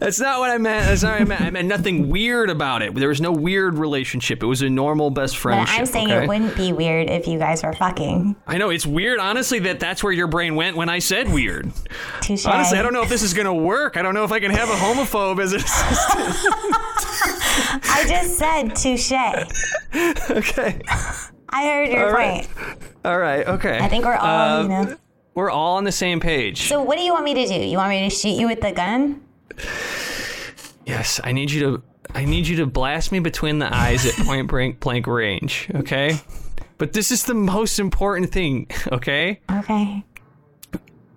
Speaker 1: That's not what I meant. That's not what I meant. I meant nothing weird about it. There was no weird relationship. It was a normal best
Speaker 2: but
Speaker 1: friendship.
Speaker 2: i'm saying
Speaker 1: Oh, okay?
Speaker 2: it wouldn't be weird if you guys were fucking
Speaker 1: I know it's weird, honestly, that that's where your brain went when I said weird.
Speaker 2: Touche.
Speaker 1: Honestly, I don't know if this is gonna work. I don't know if I can have a homophobe as a
Speaker 2: I just said touche. I
Speaker 1: Okay.
Speaker 2: heard your
Speaker 1: right.
Speaker 2: point.
Speaker 1: All right. Okay. Uh,
Speaker 2: I think we're all, you know.
Speaker 1: we're all on the same page.
Speaker 2: So what do you want me to do? You want me to shoot you with the gun?
Speaker 1: yes, I need you to. I need you to blast me between the eyes at point blank blank range. Okay. But this is the most important thing. Okay.
Speaker 2: Okay.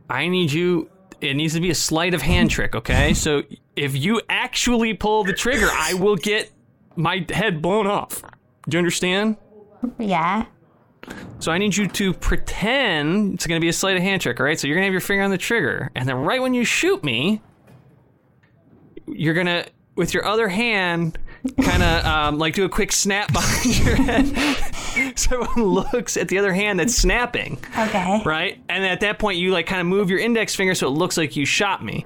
Speaker 1: I need you. It needs to be a sleight of hand trick. Okay. So if you actually pull the trigger, I will get my head blown off. Do you understand?
Speaker 2: Yeah.
Speaker 1: So I need you to pretend it's going to be a sleight of hand trick, all right? So you're going to have your finger on the trigger, and then right when you shoot me, you're going to, with your other hand, kind of um, like do a quick snap behind your head. so everyone looks at the other hand that's snapping,
Speaker 2: Okay.
Speaker 1: right? And at that point, you like kind of move your index finger so it looks like you shot me.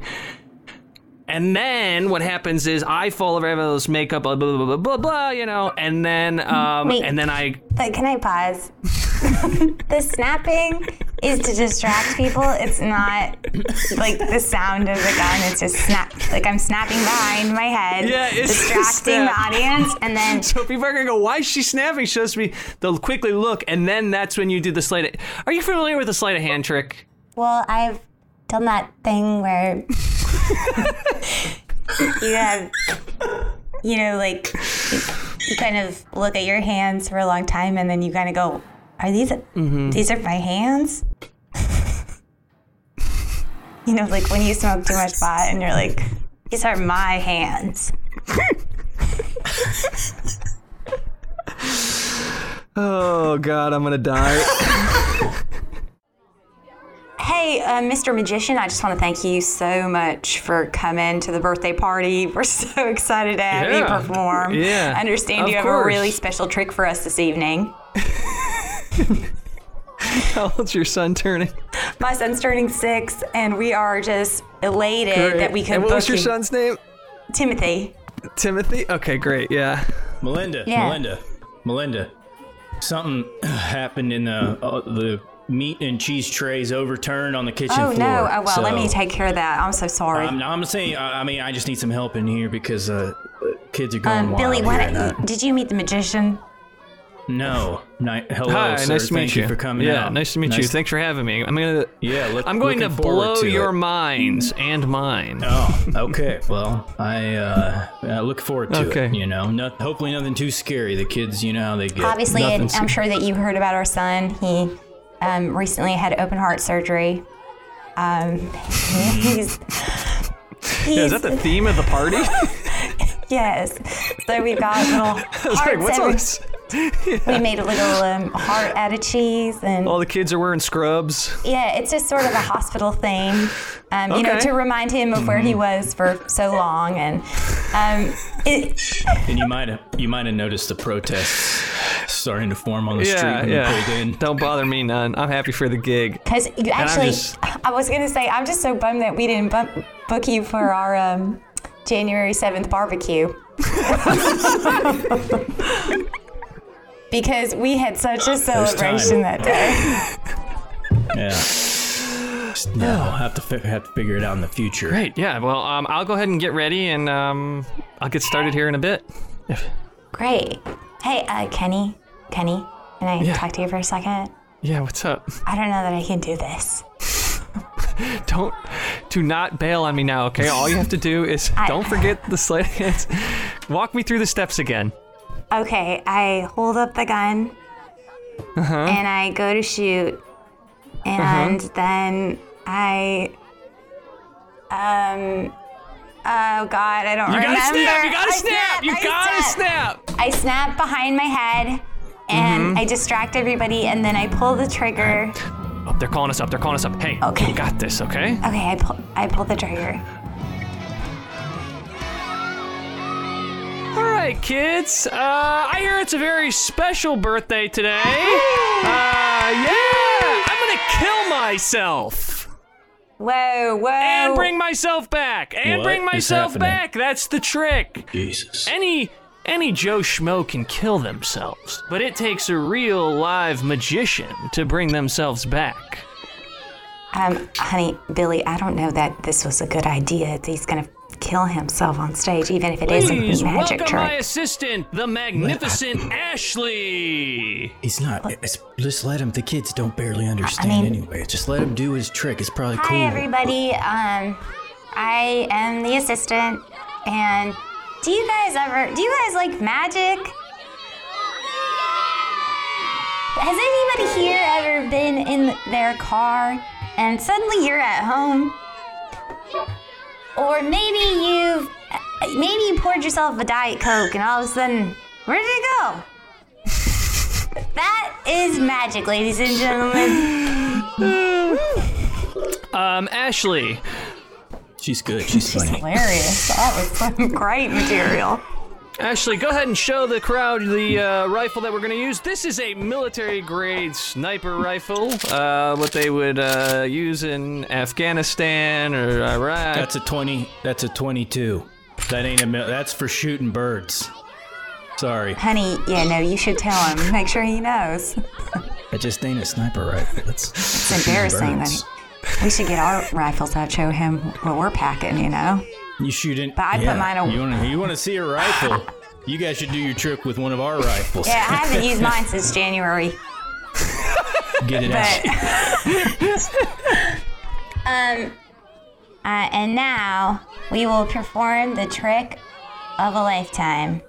Speaker 1: And then what happens is I fall over, I have all this makeup, blah blah blah blah blah, blah you know, and then um,
Speaker 2: Wait.
Speaker 1: and then I
Speaker 2: But can I pause? the snapping is to distract people. It's not like the sound of the gun. It's just snap. Like I'm snapping behind my head,
Speaker 1: Yeah, it's just
Speaker 2: distracting the
Speaker 1: snap.
Speaker 2: audience, and then
Speaker 1: So people are gonna go, "Why is she snapping?" She shows me. They'll quickly look, and then that's when you do the sleight. Of, are you familiar with the sleight of hand trick?
Speaker 2: Well, I've done that thing where you have, you know, like you, you kind of look at your hands for a long time, and then you kind of go, "Are these these are my hands?" you know, like when you smoke too much pot, and you're like, "These are my hands."
Speaker 1: Oh God, I'm gonna die.
Speaker 2: Hey, Hey, uh, Mr. Magician, I just want to thank you so much for coming to the birthday party. We're so excited to have you
Speaker 1: Yeah.
Speaker 2: perform.
Speaker 1: Yeah,
Speaker 2: I understand
Speaker 1: of
Speaker 2: you have
Speaker 1: course.
Speaker 2: a really special trick for us this evening.
Speaker 1: How old's your son turning?
Speaker 2: My son's turning six, and we are just elated that we could
Speaker 1: and what
Speaker 2: book
Speaker 1: was your
Speaker 2: him.
Speaker 1: son's name?
Speaker 2: Timothy.
Speaker 1: Timothy? Okay, great. Yeah.
Speaker 3: Melinda,
Speaker 2: Yeah.
Speaker 3: Melinda, Melinda. Something happened in the uh, the meat and cheese trays overturned on the kitchen
Speaker 2: Oh
Speaker 3: floor.
Speaker 2: no! Oh well, let
Speaker 3: so-
Speaker 2: me take care of that. I'm so sorry.
Speaker 3: I'm, I'm saying. I I mean, I just need some help in here because uh, kids are going
Speaker 2: um,
Speaker 3: wild.
Speaker 2: Billy,
Speaker 3: here
Speaker 2: what
Speaker 3: and, uh,
Speaker 2: did you meet the magician?
Speaker 3: No. Ni- hello,
Speaker 1: Hi,
Speaker 3: sir.
Speaker 1: nice to meet
Speaker 3: Thank
Speaker 1: you.
Speaker 3: you. for coming
Speaker 1: yeah,
Speaker 3: out.
Speaker 1: nice to meet you. Thanks for having me. I'm gonna.
Speaker 3: Yeah, look-
Speaker 1: I'm going to
Speaker 3: looking forward
Speaker 1: blow
Speaker 3: to
Speaker 1: your
Speaker 3: it.
Speaker 1: minds and mine.
Speaker 3: Oh, okay. Well, I uh, I look forward to
Speaker 1: Okay.
Speaker 3: it. You know, not, hopefully nothing too scary. The kids, you know how they get.
Speaker 2: Obviously, and
Speaker 3: Nothing
Speaker 2: I'm
Speaker 3: sc-
Speaker 2: sure that you heard about our son. He um, recently had open heart surgery. Um, he's, he's
Speaker 1: Yeah, is that the theme of the party? I
Speaker 2: yes. So we've got little
Speaker 1: was like,
Speaker 2: hearts.
Speaker 1: what's all
Speaker 2: every-
Speaker 1: this?
Speaker 2: we made a little um, heart out of cheese, and
Speaker 1: All the kids are wearing scrubs.
Speaker 2: yeah, it's just sort of a hospital thing, um, you know,
Speaker 1: Okay. Mm-hmm.
Speaker 2: to remind him of where he was for so long, and um, it,
Speaker 3: And you might have you might have noticed the protests starting to form on the street
Speaker 1: Yeah,
Speaker 3: when you pulled
Speaker 1: yeah.
Speaker 3: in.
Speaker 1: Don't bother me none. I'm happy for the gig.
Speaker 2: Because you actually,
Speaker 1: just-
Speaker 2: I was gonna say, I'm just so bummed that we didn't bump, book you for our um, January 7th barbecue. because we had such a celebration that day.
Speaker 3: Yeah. Just- No, I'll have to fi- have to figure it out in the future.
Speaker 1: Great. Yeah. Well, um, I'll go ahead and get ready, and um, I'll get started here in a bit.
Speaker 2: Great. Hey, uh, Kenny, Kenny, can I
Speaker 1: Yeah.
Speaker 2: talk to you for a second?
Speaker 1: Yeah. What's up?
Speaker 2: I don't know that I can do this.
Speaker 1: Don't, do not bail on me now. Okay. All you have to do is don't forget the sleight of hands. Walk me through the steps again.
Speaker 2: Okay, I hold up the gun
Speaker 1: Uh-huh.
Speaker 2: and I go to shoot, and then I. Um. Oh God, I don't
Speaker 1: You
Speaker 2: remember.
Speaker 1: gotta snap. You gotta
Speaker 2: I
Speaker 1: snap. You
Speaker 2: I
Speaker 1: gotta
Speaker 2: snap.
Speaker 1: snap.
Speaker 2: I snap behind my head, and
Speaker 1: Mm-hmm.
Speaker 2: I distract everybody, and then I pull the trigger.
Speaker 1: Oh, they're calling us up. They're calling us up. Hey.
Speaker 2: Okay.
Speaker 1: You got this. Okay.
Speaker 2: Okay, I pull. I pull the trigger.
Speaker 1: All right, kids. Uh, I hear it's a very special birthday today. Uh, yeah. I'm gonna kill myself.
Speaker 2: Whoa, whoa!
Speaker 1: and bring myself back and
Speaker 3: What
Speaker 1: bring
Speaker 3: is
Speaker 1: myself
Speaker 3: happening?
Speaker 1: back that's the trick
Speaker 3: Jesus.
Speaker 1: any any joe schmo can kill themselves but it takes a real live magician to bring themselves back
Speaker 2: Um, honey, Billy, I don't know that this was a good idea. He's gonna kill himself on stage, even if it is
Speaker 1: please
Speaker 2: a magic
Speaker 1: welcome my
Speaker 2: trick.
Speaker 1: assistant the magnificent ashley
Speaker 3: He's not. It's, just let him. The kids don't barely understand
Speaker 2: mean-
Speaker 3: anyway. Just let him do his trick. It's probably cool.
Speaker 2: Hi, everybody. Um, I am the assistant, and do you guys ever? Do you guys like magic? Has anybody here ever been in their car and suddenly you're at home? Or maybe you've maybe you poured yourself a diet coke and all of a sudden, where did it go? that is magic, ladies and gentlemen.
Speaker 1: um ashley
Speaker 3: She's good. She's funny.
Speaker 2: Hilarious. That was some great material.
Speaker 1: Ashley, go ahead and show the crowd the uh, rifle that we're going to use. This is a military grade sniper rifle, uh, what they would uh, use in Afghanistan or Iraq.
Speaker 3: That's a twenty. That's a twenty-two. That ain't a. mil- That's for shooting birds. Sorry,
Speaker 2: Honey, yeah, no, you should tell him. Make sure he knows.
Speaker 3: that just ain't a sniper rifle. That's
Speaker 2: It's embarrassing that he, we should get our rifles out, show him what we're packing, you know?
Speaker 3: You shoot in.
Speaker 2: But I put mine away.
Speaker 3: You want to? You want to see a rifle? you guys should do your trick with one of our rifles.
Speaker 2: Yeah, I haven't used mine since January.
Speaker 3: Get it out.
Speaker 2: Um, uh, and now we will perform the trick of a lifetime.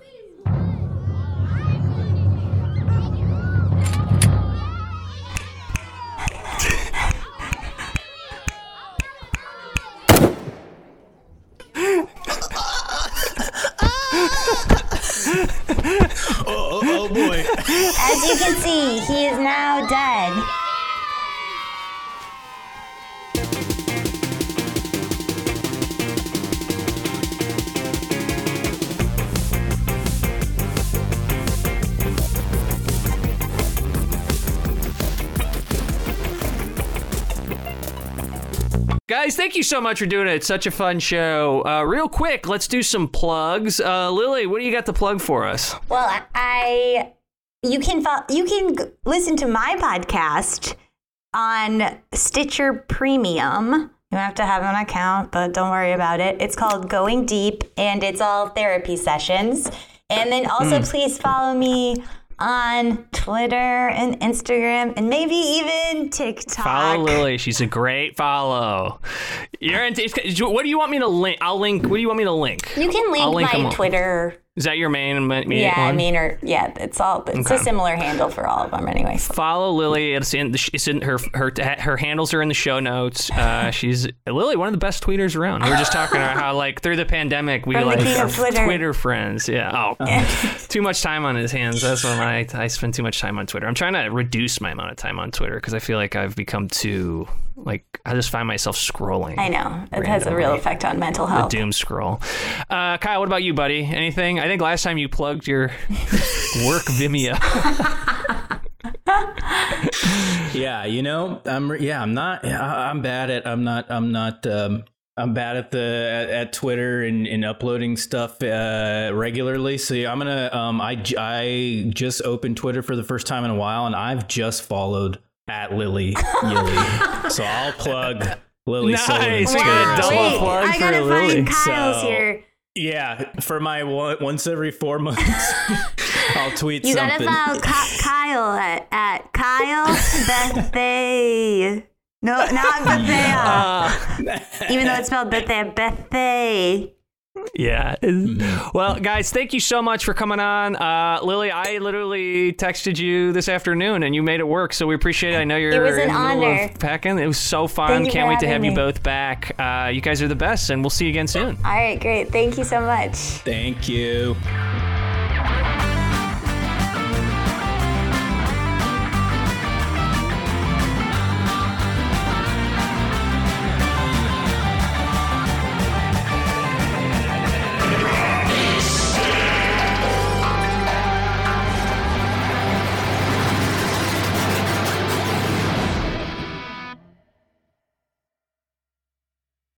Speaker 3: Oh boy.
Speaker 2: As you can see, he is now dead.
Speaker 1: Guys, thank you so much for doing it. It's such a fun show. Uh, real quick, let's do some plugs. Uh, Lily, what do you got to plug for us?
Speaker 2: Well, I you can fo- you can g- listen to my podcast on Stitcher Premium. You have to have an account, but don't worry about it. It's called Going Deep, and it's all therapy sessions. And then also,
Speaker 1: Hmm.
Speaker 2: please follow me on Twitter and Instagram, and maybe even TikTok.
Speaker 1: Follow Lily. She's a great follow. You're in what do you want me to link? I'll link. What do you want me to link?
Speaker 2: You can link,
Speaker 1: I'll link 'em
Speaker 2: my
Speaker 1: all.
Speaker 2: Twitter.
Speaker 1: Is that your main? main
Speaker 2: Yeah, I
Speaker 1: one?
Speaker 2: mean, or yeah, it's all it's a similar handle for all of them anyway.
Speaker 1: follow Lily. It's in the, it's in her her her handles are in the show notes. Uh, she's Lily, one of the best tweeters around. We were just talking about how like through the pandemic we
Speaker 2: From the
Speaker 1: like
Speaker 2: king
Speaker 1: are
Speaker 2: of Twitter.
Speaker 1: friends. Yeah. Oh, too much time on his hands. That's when I I spend too much time on Twitter. I'm trying to reduce my amount of time on Twitter because I feel like I've become too like I just find myself scrolling.
Speaker 2: I know it has a real
Speaker 1: Randomly.
Speaker 2: effect on mental health.
Speaker 1: Doom scroll. Uh, Kyle, what about you, buddy? Anything? I think last time you plugged your work Vimeo.
Speaker 3: yeah you know i'm re- yeah i'm not I- i'm bad at i'm not i'm not um i'm bad at the at, at twitter and, and uploading stuff uh regularly so yeah, i'm gonna um i j- I just opened twitter for the first time in a while and i've just followed at lily Yilly. so i'll plug lily
Speaker 1: Nice.
Speaker 3: Sullivan's
Speaker 1: We got
Speaker 3: Twitter
Speaker 1: a
Speaker 3: as
Speaker 1: double
Speaker 3: well.
Speaker 1: plug
Speaker 2: I
Speaker 1: for
Speaker 2: gotta
Speaker 1: Lily.
Speaker 2: find Kyle's
Speaker 3: So-
Speaker 2: here.
Speaker 3: yeah for my one, once every four months i'll tweet
Speaker 2: You
Speaker 3: something
Speaker 2: gotta follow Ky- Kyle at, at Kyle Bethay. No, not Bethea. Even though it's spelled Bethea, Bethay.
Speaker 1: Yeah.
Speaker 2: Mm-hmm.
Speaker 1: Well, guys, thank you so much for coming on. Uh, Lily, I literally texted you this afternoon and you made it work, so we appreciate it. I know you're
Speaker 2: was an
Speaker 1: in the middle
Speaker 2: honor.
Speaker 1: of packing. It was so fun.
Speaker 2: Thank you
Speaker 1: Can't
Speaker 2: for
Speaker 1: wait to have
Speaker 2: having
Speaker 1: you
Speaker 2: me.
Speaker 1: both back. Uh, you guys are the best, and we'll see you again soon.
Speaker 2: All right, great. Thank you so much.
Speaker 3: thank you